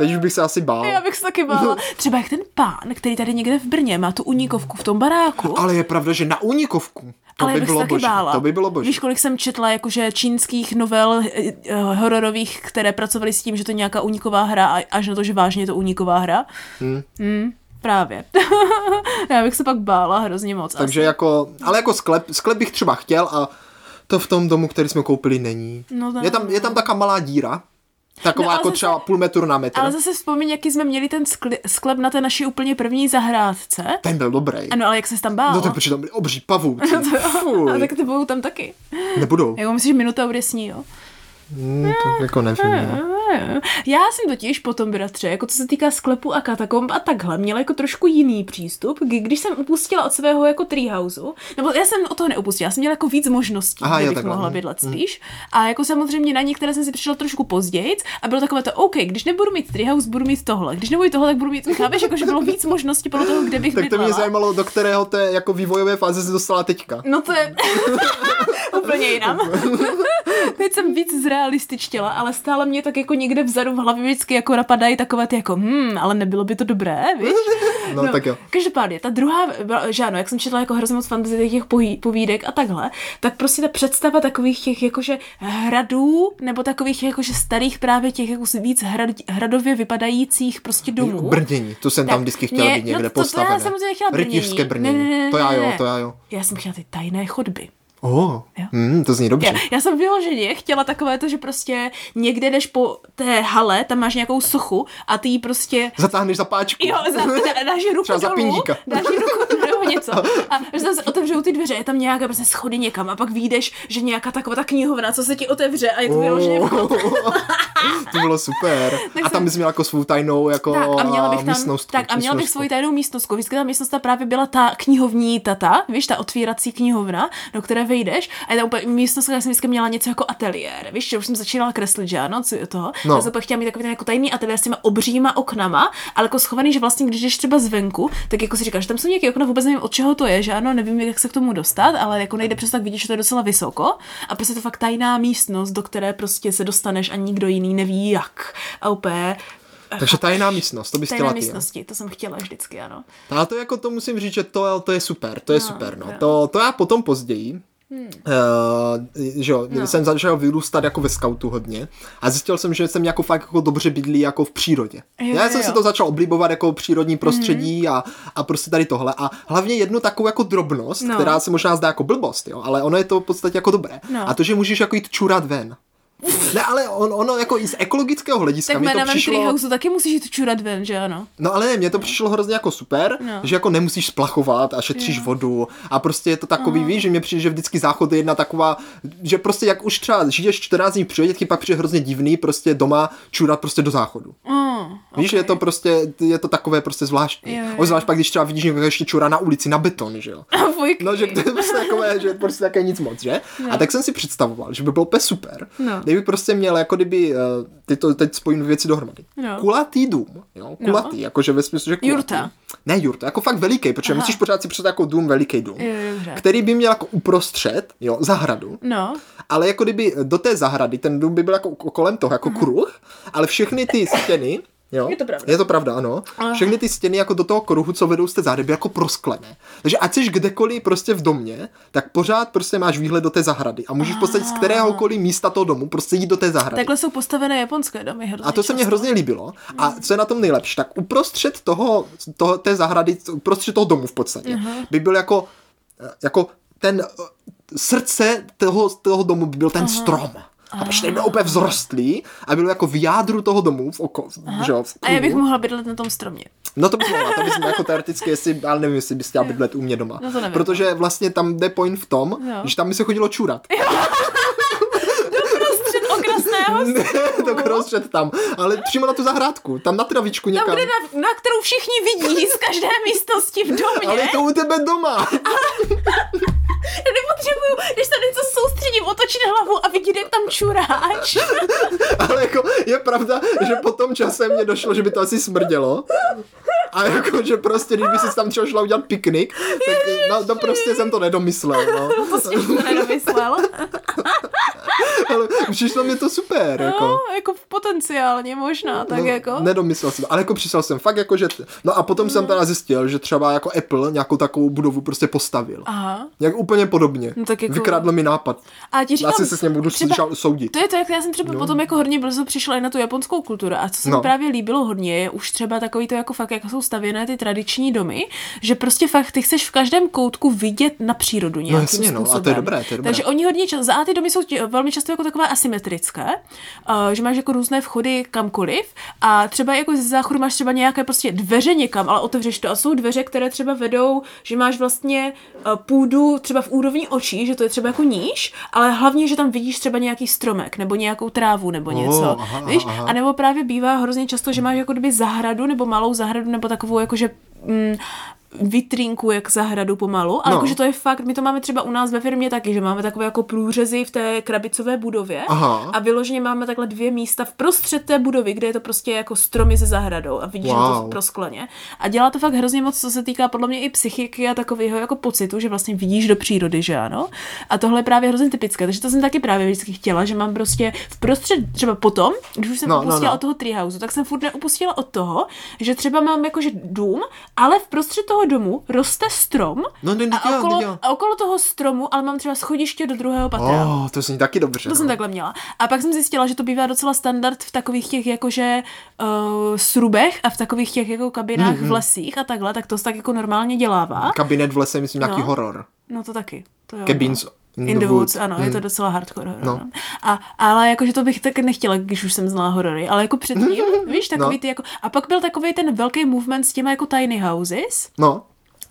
A: Teď už bych se asi bál.
B: já bych se taky
A: No.
B: bála. Třeba jak ten pán, který tady někde v Brně má tu unikovku v tom baráku.
A: Ale je pravda, že na únikovku. To
B: ale
A: by
B: já bych se
A: bylo
B: taky
A: boží,
B: bála.
A: to by bylo boží.
B: Víš, kolik jsem četla jakože čínských novel eh, eh, hororových, které pracovaly s tím, že to je nějaká uniková hra a až na to, že vážně je to uniková hra. Hmm. Hmm, právě. [LAUGHS] já bych se pak bála hrozně moc.
A: Takže jako, ale jako sklep, sklep bych třeba chtěl a to v tom domu, který jsme koupili, není.
B: No to
A: je, tam,
B: ano.
A: je tam taká malá díra, taková
B: No,
A: no,
B: ale
A: jako
B: zase-
A: třeba půl metru na metr.
B: Ale zase vzpomeň, jaký jsme měli ten skli- sklep na té naší úplně první zahrádce.
A: Ten byl dobrý.
B: Ano, ale jak se tam bál? [LAUGHS]
A: No tak protože tam byly obří pavouci.
B: No A
A: Fuj,
B: tak ty budou tam taky.
A: nebudou.
B: Jako myslíš, že minutaur je sní, jo?
A: Hmm, to jako nevím.
B: Hmm.
A: no.
B: Já jsem totiž potom, bratře, jako co se týká sklepu a katakomb a takhle, měla jako trošku jiný přístup, kdy- když jsem upustila od svého jako treehouseu, nebo já jsem od toho neupustila, já jsem měla jako víc možností,
A: Aha,
B: Aha,
A: jo,
B: kde bych
A: takhle,
B: mohla
A: mhm.
B: bydlet spíš. A jako samozřejmě na některé jsem si přišla trošku později a bylo takové to, OK, když nebudu mít treehouse, budu mít tohle, když nebudu tohle, tak budu mít, chápeš, jako že bylo víc možností pro toho, kde bych
A: Tak to
B: bydlela.
A: mě zajímalo, do kterého té jako vývojové fáze se dostala teďka.
B: No to je [LAUGHS] úplně jinam. [LAUGHS] Teď jsem víc zrealističtěla, ale stále mě tak jako někde vzadu v hlavě vždycky jako napadají takové ty jako hmm, ale nebylo by to dobré, [LAUGHS] víš?
A: No, tak jo.
B: Každopádně, ta druhá, byla- že ano, jak jsem četla jako hrozně moc fantasy těch pohý- povídek a takhle, tak prostě ta představa takových těch jakože hradů, nebo takových jakože starých právě těch jako víc hrad, hradově vypadajících prostě
A: Jako
B: domů.
A: Brnění, to jsem
B: Tak,
A: tam vždycky chtěl
B: mě-
A: být někde
B: no, to- to já
A: postavené.
B: samozřejmě chtěla brnění.
A: Rytířské brnění.
B: Ne, ne, ne, ne,
A: to já jo,
B: ne.
A: to já jo.
B: Já jsem chtěla ty tajné chodby.
A: Oh,
B: Jo.
A: hmm, to zní dobře.
B: Já, já jsem vyloženě chtěla takové to, že prostě někde jdeš po té hale, tam máš nějakou sochu a ty jí prostě
A: Zatáhneš za páčku.
B: Jo,
A: [LAUGHS]
B: za, dá, dáš ruku
A: Třeba za
B: dolů,
A: pindíka.
B: dáš ruku nebo
A: [LAUGHS]
B: něco. A že tam se otevřou ty dveře, je tam nějaká prostě schody někam a pak vyjdeš, že nějaká taková ta knihovna, co se ti otevře a je to vyloženě jako-
A: Oh, [LAUGHS] to bylo super.
B: [LAUGHS] Tak
A: a tam
B: jsem-
A: bys měl jako svou tajnou jako
B: tak, a měla bych tam,
A: místnost.
B: tak a měla bych svoji tajnou místnostku. Vždycky ta místnost právě byla ta knihovní tata, víš, ta otvírací knihovna, do které vejdeš. A je tam úplně místnostka, já jsem vždycky měla něco jako ateliér, víš, že už jsem začínala kreslit, že ano, co je toho.
A: No.
B: No. Já jsem pak chtěla mít takový ten jako tajný ateliér s těma obříma oknama, ale jako schovaný, že vlastně když jdeš třeba zvenku, tak jako si říkáš, tam jsou nějaké okna, vůbec nevím, od čeho to je, že ano, nevím, jak se k tomu dostat, ale jako nejde přes tak vidět, že to je docela vysoko. A prostě to fakt tajná místnost, do které prostě se dostaneš a nikdo jiný neví jak. A úplně
A: Takže tajná místnost, to bys
B: Tajné
A: chtěla ty. jo?
B: místnosti, to jsem chtěla vždycky, ano.
A: Ale to jako to musím říct, že to, to je super, to je no,
B: No,
A: super, no.
B: jo.
A: To, to já potom později, hmm. uh, že jo, no. jsem začal vyrůstat jako ve skautu hodně a zjistil jsem, že jsem jako fakt jako dobře bydlí jako v přírodě.
B: Jo,
A: já
B: jo,
A: jsem si
B: jo. Hmm.
A: to začal oblíbovat jako přírodní prostředí a, a prostě tady tohle a hlavně jednu takovou jako drobnost, no.
B: No.
A: která se možná zdá jako blbost, jo, ale ono je to v podstatě jako dobré.
B: No.
A: A to, že můžeš jako jít čurat ven. Ne, ale on, ono jako i z ekologického hlediska
B: Tak
A: mi to
B: jménem přišlo...
A: přišlo...
B: Treehouse taky musíš jít čurat ven, že ano?
A: No ale mně to přišlo hrozně jako super, no.
B: No.
A: že jako nemusíš splachovat a šetříš jo. vodu a prostě je to takový, víš, že mě přijde, že vždycky záchod je jedna taková, že prostě jak už třeba žiješ 14 dní v přírodě, tak ti pak přijde hrozně divný prostě doma čurat prostě do záchodu.
B: Mm,
A: Okay. Víš, je
B: [LAUGHS]
A: to prostě, je to takové prostě zvláštní.
B: Jo, jo, jo.
A: Ozvlášť pak, když třeba vidíš někoho ještě čurá na ulici, na beton, že jo.
B: Fujky.
A: No, že to je prostě takové, že prostě také nic moc, že? No. A tak jsem si představoval, že by bylo úplně super,
B: No.
A: kdyby prostě měl, jako kdyby, eh, ty to teď spojím věci dohromady.
B: No.
A: Kulatý dům, jo? Kulatý, no. jakože ve smyslu, že kulatý.
B: Jurta.
A: Ne jurta, jako fakt veliký, protože Aha. musíš pořád si představit jako dům, veliký dům.
B: Jo, jo, dobře.
A: Který by měl jako uprostřed, jo, zahradu,
B: No,
A: ale jako kdyby do té zahrady, ten dům by byl jako kolem toho, jako kruh, ale všechny ty stěny, jo,
B: Mhm. Je to pravda.
A: Je to pravda, ano. Všechny ty stěny jako do toho kruhu, co vedou z té zahrady, by jako prosklené. Takže ať jsi kdekoliv prostě v domě, tak pořád prostě máš výhled do té zahrady a můžeš v podstatě z kteréhokoliv místa toho domu prostě jít do té zahrady.
B: takhle jsou postavené japonské domy hrozně
A: A to se
B: často.
A: mě hrozně líbilo. A
B: Mhm.
A: co je na tom nejlepší, tak uprostřed toho, toho té zahrady, uprostřed toho domu v podstatě, uh-huh. by byl jako, jako ten eh, srdce toho, toho domu by byl ten uh-huh. strom. A prostě
B: Ah.
A: byl úplně vzrostlý a byl jako v jádru toho domu, v oko, v, že jo, v
B: A já bych
A: kruhu.
B: mohla bydlet na tom stromě.
A: No to bys mohla, to bys jako teoreticky, jestli, ale nevím, jestli bys chtěla bydlet u mě doma.
B: No to nevím.
A: Protože vlastně tam jde point v tom,
B: Jo.
A: že tam by se chodilo čurat.
B: Před
A: [LAUGHS]
B: okrasného
A: Ne, [LAUGHS] to rozřed tam, ale přímo na tu zahrádku, tam na travičku někam.
B: tam, kde na, na, kterou všichni vidí z každé místnosti v domě.
A: Ale je to u tebe doma.
B: Já nepotřebuju, když se na něco soustředím, otočit hlavu a vidět, jak tam čuráč.
A: Ale jako je pravda, že po tom čase mě došlo, že by to asi smrdělo. A jako, že prostě, když by si tam třeba šla udělat piknik, tak no, no prostě jsem to nedomyslel, no.
B: To si to nedomyslel.
A: Ale přišlo mi to super, jako.
B: No, jako po potenciálně možná, tak
A: no,
B: jako. Mm.
A: Nedomyslel jsem, ale jako přišel jsem fakt jako, že... No a potom jsem teda zjistil, že třeba jako Apple nějakou takovou budovu prostě postavil.
B: Aha.
A: Jak úplně podobně.
B: No tak jako-
A: Vykradl mi nápad.
B: A já ti
A: Já
B: říkám,
A: si se s ním budu
B: třeba-
A: třeba... soudit.
B: To je to, jak já jsem třeba no. potom jako hodně brzo přišla i na tu japonskou kulturu. A co se mi
A: No.
B: právě líbilo hodně, je už třeba takový to jako fakt, jak jsou stavěné ty tradiční domy, že prostě fakt ty chceš v každém koutku vidět na přírodu nějakým
A: jasně, no, a to je
B: způsobem.
A: dobré, to je dobré.
B: Takže oni hodně čas, za a ty domy jsou tě, velmi často jako takové asymetrické, uh, že máš jako různé vchody kamkoliv a třeba jako ze záchodu máš třeba nějaké prostě dveře někam, ale otevřeš to a jsou dveře, které třeba vedou, že máš vlastně uh, půdu třeba v úrovni očí, že to je třeba jako níž, ale hlavně, že tam vidíš třeba nějaký stromek nebo nějakou trávu nebo něco,
A: Oh, aha,
B: víš?
A: aha.
B: A nebo právě bývá hrozně často, že máš jako kdyby zahradu nebo malou zahradu nebo takovou jako, že mm, vitrinku jak zahradu pomalu,
A: No.
B: ale no. jakože to je fakt, my to máme třeba u nás ve firmě taky, že máme takové jako průřezy v té krabicové budově
A: Aha.
B: a vyloženě máme takhle dvě místa v prostřed té budovy, kde je to prostě jako stromy se zahradou a vidíš wow. to prostě
A: Wow.
B: proskleně. A dělá to fakt hrozně moc, co se týká podle mě i psychiky a takového jako pocitu, že vlastně vidíš do přírody, že ano. A tohle je právě hrozně typické, takže to jsem taky právě vždycky chtěla, že mám prostě v prostřed, třeba potom, když už jsem
A: No, no,
B: opustila
A: no.
B: od toho treehouse, tak jsem furt neupustila od toho, že třeba mám jakože dům, ale v prostřed toho domu roste strom
A: No, ne,
B: a,
A: nedělá,
B: okolo,
A: nedělá.
B: a okolo toho stromu, ale mám třeba schodiště do druhého patra.
A: Oh, to zní taky dobře.
B: To
A: no.
B: jsem takhle měla. A pak jsem zjistila, že to bývá docela standard v takových těch jakože uh, srubech a v takových těch jako kabinách
A: Mhm.
B: mm-hmm. v lesích a takhle, tak to se tak jako normálně dělává.
A: Kabinet v lese, myslím, nějaký
B: No.
A: horor.
B: No to taky. To jo,
A: Cabins
B: no.
A: in
B: In
A: the
B: the woods,
A: woods.
B: ano, je to docela hardcore horor.
A: No.
B: No. A, ale jakože to bych tak nechtěla, když už jsem znala horory, ale
A: [LAUGHS]
B: jako předtím, víš, takový
A: No.
B: ty jako... A pak byl takový ten velký movement s těma jako tiny houses,
A: No,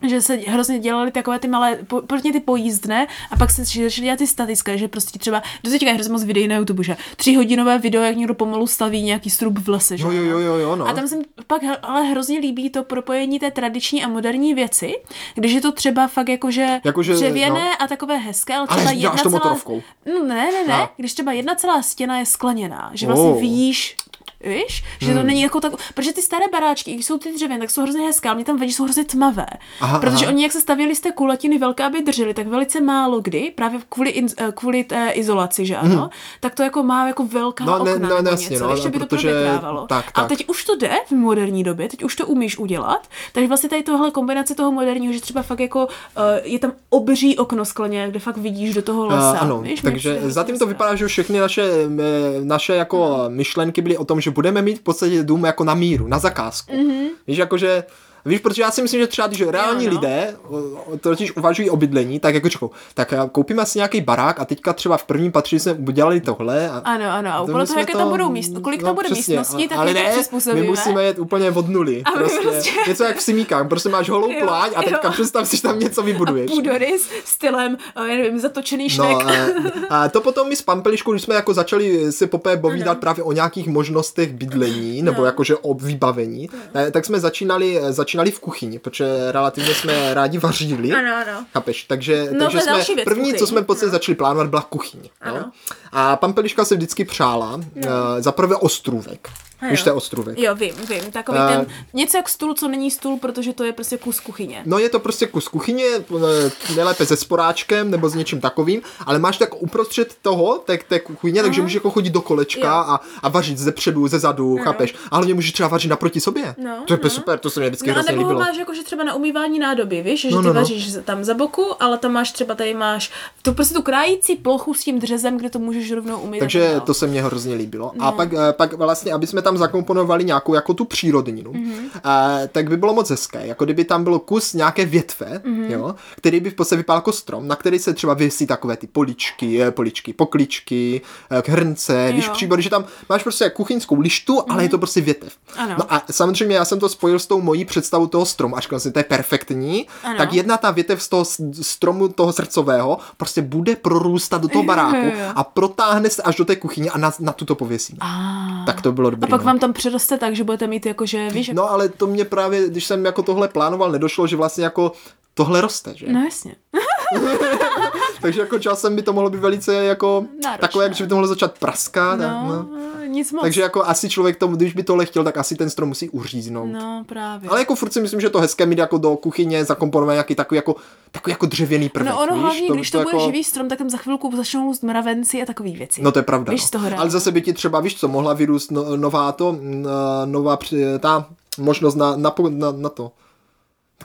B: že se hrozně dělaly takové ty malé, po- prvně ty pojízdné a pak se začaly dělat ty statické, že prostě třeba, do teďka je hrozně moc videí na YouTube, že tři hodinové video, jak někdo pomalu staví nějaký strub v lese, že?
A: jo, jo, jo, jo, jo no.
B: A tam se mi pak he- ale hrozně líbí to propojení té tradiční a moderní věci, když je to třeba fakt jakože,
A: Jakože,
B: dřevěné
A: no.
B: a takové hezké, ale
A: Ale
B: třeba
A: děláš
B: jedna
A: to
B: celá...
A: motorovkou.
B: No ne, ne, ne,
A: No.
B: když třeba jedna celá stěna je skleněná, že vlastně
A: Oh.
B: vidíš Víš? Že
A: Hmm.
B: to není jako tak. Protože ty staré baráčky, když jsou ty dřevěné, tak jsou hrozně hezké, ale mě tam vadí, že jsou hrozně tmavé.
A: Aha,
B: protože
A: aha.
B: oni, jak se stavěli z té kulatiny velké, aby drželi, tak velice málo kdy, právě kvůli, in, eh, kvůli té izolaci, že ano, tak to jako má jako velká
A: Hmm. No, ne-
B: okna.
A: ne-
B: nebo
A: jasně,
B: něco.
A: no,
B: Ještě by to
A: protože-
B: provětrávalo.
A: tak,
B: A
A: tak.
B: teď už to jde v moderní době, teď už to umíš udělat. Takže vlastně tady tohle kombinace toho moderního, že třeba fakt jako eh, je tam obří okno skleně, kde fakt vidíš do toho lesa.
A: Uh, ano,
B: víš, mě přijde
A: takže
B: hrozně
A: zatím to
B: hezké.
A: vypadá, že všechny naše, eh, naše jako
B: Mhm.
A: myšlenky byly o tom, že budeme mít v podstatě dům jako na míru, na zakázku. Mm-hmm. Víš, jakože, víš, protože já si myslím, že třeba když reální
B: Mhm. Jo, no.
A: lidé o- o- totiž uvažují o bydlení, tak jako čekou, tak eh, koupíme si nějaký barák a teďka třeba v prvním patří jsme udělali tohle. A,
B: Ano, ano, a podle toho,
A: jsme no,
B: jaké tam budou míst- kolik tam bude místností,
A: a-
B: tak
A: ale
B: my to
A: ne, my
B: přizpůsobíme.
A: musíme jet úplně od nuly.
B: my
A: Prostě.
B: prostě-
A: Něco jak v Simíkách, prostě máš holou
B: [LAUGHS] Jo,
A: pláň a teďka
B: jo.
A: představ si, že tam něco vybuduješ.
B: Půdorys stylem, eh, já nevím, zatočený šnek.
A: No, eh, a to potom my s Pampeliškou, když jsme jako začali si poprvé povídat právě o nějakých možnostech bydlení,
B: No.
A: nebo jakože o vybavení, eh, tak jsme začínali, eh, začínali v kuchyni, protože relativně jsme rádi vařili.
B: Ano, ano.
A: Chápeš? Takže,
B: No, to
A: takže
B: je
A: jsme,
B: další věc, No.
A: první, co
B: kuchyň.
A: jsme v podstatě začali plánovat, byla kuchyň. No? A Pampeliška se vždycky přála eh, za prvé ostrůvek.
B: No. Ano.
A: Víš, to je ostrůvek.
B: Jo, vím, vím. Takový
A: Eh.
B: ten, něco jak stůl, co není stůl, protože to je prostě kus kuchyně.
A: No je to prostě kus kuchyně, eh, nejlépe se sporáčkem nebo s něčím takovým, ale máš tak uprostřed toho, té, té kuchyně, takže můžeš jako chodit do kolečka
B: Jo.
A: a, a vařit ze předu, ze zadu, chápeš? A hlavně můžeš třeba vařit naproti sobě.
B: No,
A: to je
B: no.
A: super, to se mě vždycky
B: No a
A: hrozně
B: nebo ho
A: líbilo.
B: máš jakože třeba na umývání nádoby, víš, že
A: No,
B: ty
A: no, no.
B: vaříš tam za boku, ale tam máš třeba tady máš tu prostě tu krájící plochu s tím dřezem, kde to můžeš rovnou No. umýt. a tak
A: Takže
B: dále.
A: to se mně hrozně líbilo.
B: No.
A: A pak, eh, pak vlastně, aby jsme tam zakomponovali nějakou jako tu přírodninu,
B: Mhm.
A: eh, tak by bylo moc hezké, jako kdyby tam byl kus nějaké větve,
B: Mhm.
A: jo, který by v podstatě vypadal jako strom, na který se třeba vysí takové ty poličky, eh, poličky, pokličky, eh, hrnce, víš,
B: Jo. Mhm.
A: příbory, že tam máš prostě kuchyňskou lištu, ale je to prostě větev.
B: Ano.
A: No a samozřejmě já jsem to spojil s tou mojí představou toho stromu, až vlastně to je perfektní,
B: Ano.
A: tak jedna ta větev z toho s- stromu toho srdcového prostě bude prorůstat do
B: [LAUGHS]
A: toho baráku
B: jo, jo.
A: a protáhne se až do té kuchyně a na, na tu to pověsí.
B: A,
A: Tak to bylo
B: a
A: dobrý.
B: pak
A: no.
B: vám tam přeroste tak, že budete mít jakože, víš, jak-
A: no ale to mě právě, když jsem jako tohle plánoval, nedošlo, že vlastně jako tohle roste, že?
B: no jasně.
A: [LAUGHS] Takže jako časem by to mohlo být velice jako
B: Náročné.
A: takové, jak že by to mohlo začát praskat. a-
B: No,
A: no.
B: Nic moc.
A: Takže jako asi člověk tomu, když by tohle chtěl, tak asi ten strom musí uříznout.
B: No, právě.
A: Ale jako furt si myslím, že to hezké mít jako do kuchyně zakomponovat nějaký takový jako, takový jako dřevěný prvek.
B: No ono
A: víš?
B: hlavně,
A: To-
B: když
A: to
B: to, bude
A: jako-
B: živý strom, tak tam za chvilku začnou růst mravenci a takové věci.
A: No to je pravda.
B: Víš, z toho
A: no.
B: ráda.
A: Ale zase by ti třeba, víš co, mohla vyrůst no, nová to, mm, eh, nová při- ta možnost na, na, po- na, na to.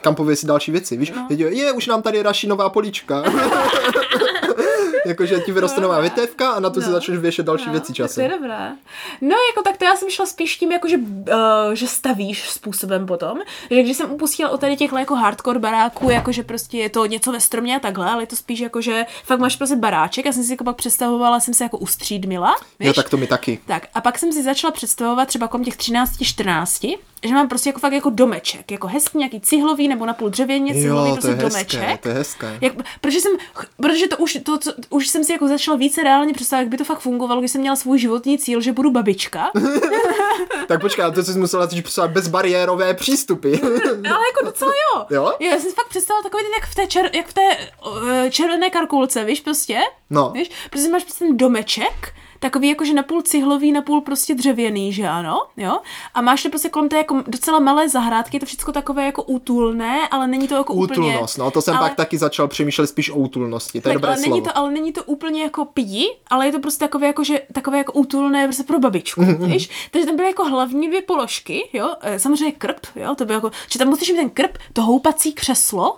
A: Kam pověsit další věci, víš? No. Je, už nám tady raší nová políčka. [LAUGHS] Jakože ti vyroste nová větévka a na to no. si
B: No.
A: začneš věšet další
B: No,
A: věci
B: tak To
A: časem.
B: je dobré. No, jako tak to já jsem šla spíš tím, jako že, uh, že stavíš způsobem potom, že když jsem upustila od tady těchhle jako hardcore baráků, jako že prostě je to něco ve stromě a takhle, ale je to spíš jako, že fakt máš prostě baráček, já jsem si jako pak představovala, jsem se jako ustřídmila, víš?
A: Jo, tak to mi taky.
B: Tak a pak jsem si začala představovat třeba kolem těch 13, 14, že mám prostě jako fakt jako domeček, jako hezký nějaký cihlový nebo napůl dřevěně cihlový
A: Jo, to
B: prostě
A: je
B: domeček.
A: hezké, to je hezké.
B: Jak, protože jsem, protože to už, to, co, už jsem si jako začala více reálně představovat, jak by to fakt fungovalo, když jsem měla svůj životní cíl, že budu babička,
A: Tak počkej, ale to jsi musela teď psát bezbariérové
B: [LAUGHS]
A: přístupy.
B: ale jako docela jo.
A: Jo?
B: Já jsem si fakt představila takový ten, jak v té, čer, jak v té eh, červené karkulce, víš prostě?
A: No.
B: Víš, prostě máš prostě ten domeček, takový jakože napůl cihlový, napůl prostě dřevěný, že ano, jo? A máš to prostě kolem té jako docela malé zahrádky, je to všechno takové jako útulné, ale není to jako úplně...
A: Útulnost, no to jsem
B: ale-
A: pak taky začal přemýšlet spíš o útulnosti, to je
B: Tak, ale,
A: dobré slovo.
B: není to, ale není to úplně jako pidi, ale je to prostě takové jako, že, takové jako útulné prostě pro babičku,
A: Mhm,
B: víš? Takže tam byly jako hlavní dvě položky, jo? Eh, Samozřejmě krb, jo? To bylo jako, že tam musíš mít ten krb, to houpací křeslo,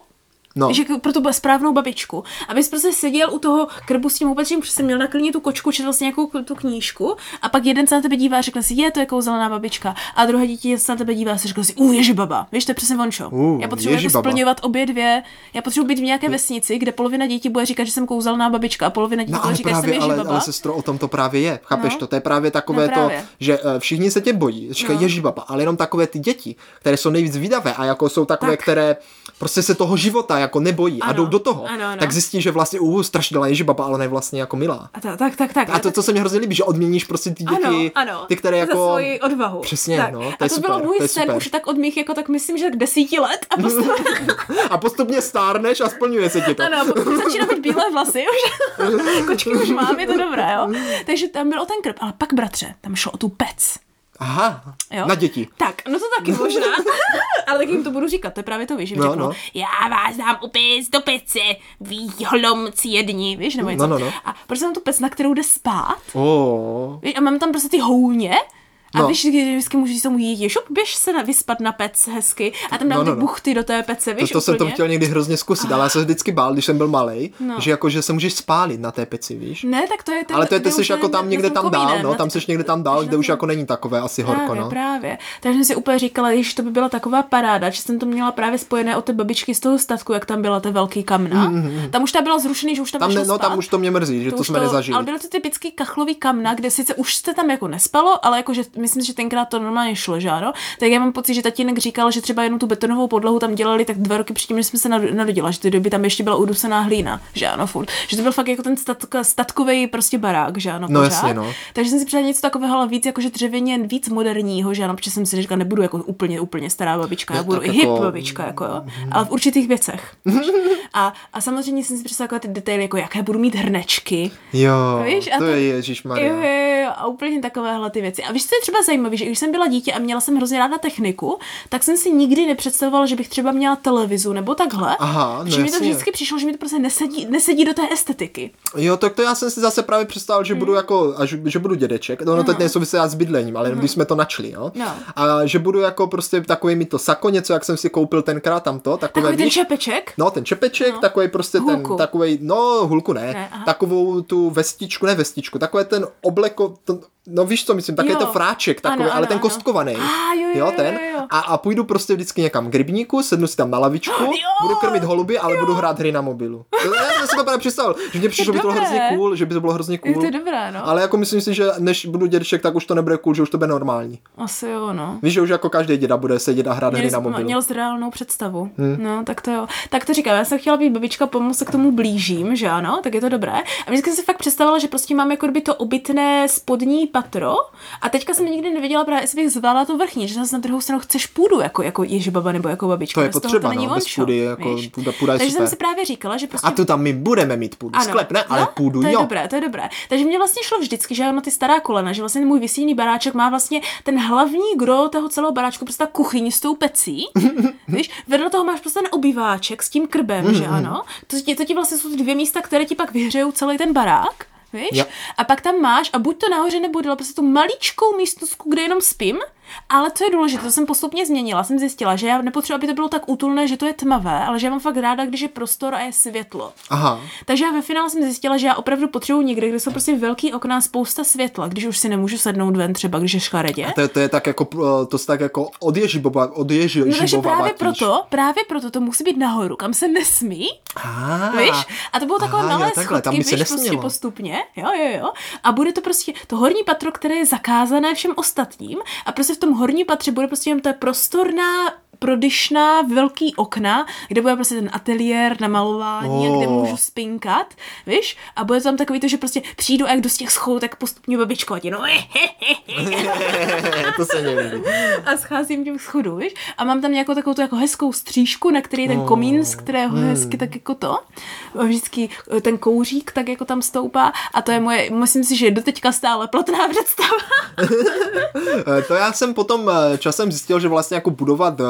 A: No.
B: No. Že pro tu správnou babičku. Abys prostě seděl u toho krbu s tím houpačím, protože jsem měl na klíně tu kočku, četl si nějakou k- tu knížku a pak jeden se na tebe dívá a řekne si, je, to je kouzelná babička. A druhé dítě se na tebe dívá a si řekne si, u, ježibaba. Víš, to je přesně vončo.
A: U,
B: já potřebuji jako
A: ježibaba.
B: splňovat obě dvě. Já potřebuji být v nějaké vesnici, kde polovina dětí bude říkat, že jsem kouzelná babička a polovina dětí
A: No
B: bude
A: ale
B: říkat, že jsem
A: právě, ale,
B: ježibaba.
A: ale sestro, o tom to právě je, chápeš
B: No.
A: to? To je právě takové
B: No
A: to,
B: právě.
A: že eh, všichni se tě bojí, říkají
B: No.
A: no. ježibaba, ale jenom takové ty děti, které jsou nejvíc vydavé a jako jsou takové,
B: Tak.
A: tak. které prostě se toho života jako nebojí a
B: Ano.
A: jdou do toho,
B: Ano, ano.
A: tak zjistí, že vlastně uh, strašidla ježibaba, ale ona je vlastně jako milá.
B: A ta, tak, tak, tak.
A: A to, co se mi hrozně líbí, že odměníš prostě ty děti,
B: ano, ano,
A: ty, které jako...
B: za svoji odvahu.
A: Přesně,
B: tak.
A: no, to je
B: a to
A: super,
B: bylo můj
A: to je
B: sen
A: super.
B: už tak od mých, jako tak myslím, že tak desíti let a prostě
A: [LAUGHS] A postupně stárneš a splňuje se ti to.
B: Ano, pokud No, začíná být bílé vlasy,
A: [LAUGHS]
B: už kočky už mám, je to dobré, jo.
A: Mm.
B: Takže tam byl o ten krb, ale pak, bratře, tam šlo o tu pec.
A: Aha,
B: Jo?
A: na děti.
B: Tak, no to
A: [LAUGHS]
B: taky možná, ale tak jim to budu říkat, to je právě to, víš, že jim
A: No,
B: řeknu,
A: no.
B: já vás dám upis do pece, výholomci jedni, víš, nebo něco.
A: no, no.
B: A prostě mám tu pec, na kterou jde spát,
A: Oh.
B: víš, a mám tam prostě ty houně, a
A: No.
B: víš, když vždycky můžeš tomu jít, ješ, běž se na, vyspat na pec hezky a tam dám
A: No, no,
B: ty
A: no.
B: buchty do té pece,
A: To,
B: víš,
A: to jsem to
B: úplně.
A: chtěl někdy hrozně zkusit, ale já jsem vždycky bál, když jsem byl malý,
B: No.
A: že jako, že se můžeš spálit na té peci, víš?
B: Ne, tak to je ten...
A: Ale to je, ty
B: ten
A: jsi
B: úplně
A: jako tam
B: na
A: někde
B: tom
A: tam dál,
B: komínem,
A: no,
B: na
A: tam
B: t-
A: jsi někde tam dál,
B: jsi na
A: kde už
B: tom-
A: jako není takové asi horko,
B: Právě,
A: no.
B: právě. Takže jsem si úplně říkala, když to by byla taková paráda, že jsem to měla právě spojené od té babičky z toho statku, jak tam byla ta velký kamna. Mm-hmm. Tam už ta byla zrušený, že už tam,
A: Mm, Tam, ne,
B: nešlo
A: no,
B: spát.
A: tam už to mě mrzí, že to,
B: už
A: jsme nezažili.
B: Ale byly to typický kachlový kamna, kde sice už se tam jako nespalo, ale jakože myslím, že tenkrát to normálně šlo, že ano. Tak já mám pocit, že tatínek říkal, že třeba jenom tu betonovou podlahu tam dělali tak dva roky předtím, než jsme se nado- narodila, že ty doby tam ještě byla udusená hlína, že ano, furt. Že to byl fakt jako ten statka, statkový prostě barák, že ano,
A: No
B: pořád.
A: jasně, no.
B: Takže jsem si přála něco takového, ale víc jakože dřevěně, víc moderního, že ano, protože jsem si říkala, nebudu jako úplně, úplně stará babička, já
A: No,
B: budu
A: tak
B: i hip
A: jako-
B: babička, jako jo, ale v určitých věcech. A, a samozřejmě jsem si představila takové ty detaily, jako jaké budu mít hrnečky.
A: Jo,
B: Víš, a
A: to
B: to-
A: je Ježíš
B: Jo, jo,
A: Maria.
B: jo, a úplně takovéhle ty věci. A víš, co je třeba zajímavé, že když jsem byla dítě a měla jsem hrozně ráda techniku, tak jsem si nikdy nepředstavovala, že bych třeba měla televizu nebo takhle.
A: Aha, no
B: Protože mi to
A: jasně.
B: vždycky přišlo, že mi to prostě nesedí, nesedí do té estetiky.
A: Jo, tak to já jsem si zase právě představil,
B: No.
A: že budu jako, a že, že budu dědeček, no, no teď nesouvisí já s bydlením, ale jenom když jsme to načli, jo.
B: No.
A: A že budu jako prostě takový mi to sako, něco, jak jsem si koupil tenkrát tamto, takové,
B: Takový ten
A: víš,
B: čepeček.
A: No, ten čepeček,
B: No.
A: no. takový prostě
B: Hulku.
A: ten, takový, no, hulku ne,
B: Ne,
A: ne
B: aha.
A: takovou tu vestičku, ne vestičku, takové ten obleko, to, no víš, co myslím, takový
B: Jo.
A: ten fráček, takový,
B: Ano,
A: ale
B: ano,
A: ten
B: ano.
A: kostkovaný.
B: Ah, jo, jo, jo,
A: ten.
B: jo, jo.
A: A, a půjdu prostě vždycky někam k rybníku, sednu si tam na lavičku,
B: [GASPS] Jo,
A: budu krmit holuby, ale budu hrát hry na
B: [GASPS]
A: mobilu. To- Já jsem si to právě představil, že mě přišlo, že by to bylo
B: dobré.
A: hrozně cool, že by to bylo hrozně
B: Je
A: cool.
B: to dobré, no.
A: Ale jako myslím si, že než budu dědeček, tak už to nebude cool, že už to bude normální.
B: Asi jo, no.
A: Víš, že už jako každý děda bude sedět a hrát hry
B: Měl,
A: na
B: jsi-
A: mobilu.
B: měl jsi reálnou představu. Hmm. No, tak to jo. Tak to říkám, já jsem chtěla být babička, pomalu se k tomu blížím, že ano, tak je to dobré. A vždycky jsem si fakt představila, že prostě mám jako kdyby to obytné spodní patro a teďka jsem nikdy nevěděla právě, jestli bych zvládla to vrchní, že zase na druhou stranu chci chceš půdu jako, jako ježibaba nebo jako babička.
A: To je
B: Bez toho
A: potřeba,
B: to není
A: no, bez
B: vončo,
A: půdy je jako
B: víš.
A: půda- půda je
B: Takže
A: super.
B: jsem si právě říkala, že prostě
A: A tu tam my budeme mít půdu. Ano. Sklep ne, ale
B: no,
A: půdu
B: to je
A: jo.
B: dobré, to je dobré. Takže mě vlastně šlo vždycky, že já na ty stará kolena, že vlastně můj vysíný baráček má vlastně ten hlavní gro toho celého baráčku, prostě ta kuchyň s
A: [LAUGHS]
B: tou pecí. víš, vedle toho máš prostě ten obýváček s tím krbem, že ano? To, ti- to ti vlastně jsou ty dvě místa, které ti pak vyhřejou celý ten barák. Víš?
A: Jo.
B: A pak tam máš, a buď to nahoře nebo dole, prostě tu maličkou místnostku, kde jenom spím, ale co je důležité, to jsem postupně změnila, jsem zjistila, že já nepotřebuji, aby to bylo tak útulné, že to je tmavé, ale že já mám fakt ráda, když je prostor a je světlo.
A: Aha.
B: Takže já ve finále jsem zjistila, že já opravdu potřebuji někde, kde jsou prostě velký okna, spousta světla, když už si nemůžu sednout ven třeba, když je škaredě.
A: To, je- to je tak jako, eh, to se tak jako od Ježibova, od Ježi,
B: No takže právě proto, právě proto to musí být nahoru, kam se nesmí,
A: Ah,
B: víš? A to bylo takové
A: aha, jo,
B: malé
A: takhle,
B: schodky,
A: tam by se
B: víš, prostě
A: nesmělo.
B: postupně, jo, jo, jo. A bude to prostě to horní patro, které je zakázané všem ostatním a prostě v tom horní patře bude prostě jen ta prostorná prodyšná velký okna, kde bude prostě ten ateliér na malování, oh. kde
A: Oh.
B: můžu spinkat, víš? A bude tam takový to, že prostě přijdu a jak jdu z těch schodů, tak postupně babičko a no,
A: [LAUGHS] to se mě líbí.
B: a scházím tím schodů, víš? A mám tam nějakou takovou tu jako hezkou střížku, na který je ten komín, z kterého
A: Hmm.
B: hezky tak jako to, vždycky eh, ten kouřík tak jako tam stoupá a to je moje, myslím si, že je doteďka stále platná [LAUGHS] představa.
A: Eh, To já jsem potom eh, časem zjistil, že vlastně jako budovat, eh,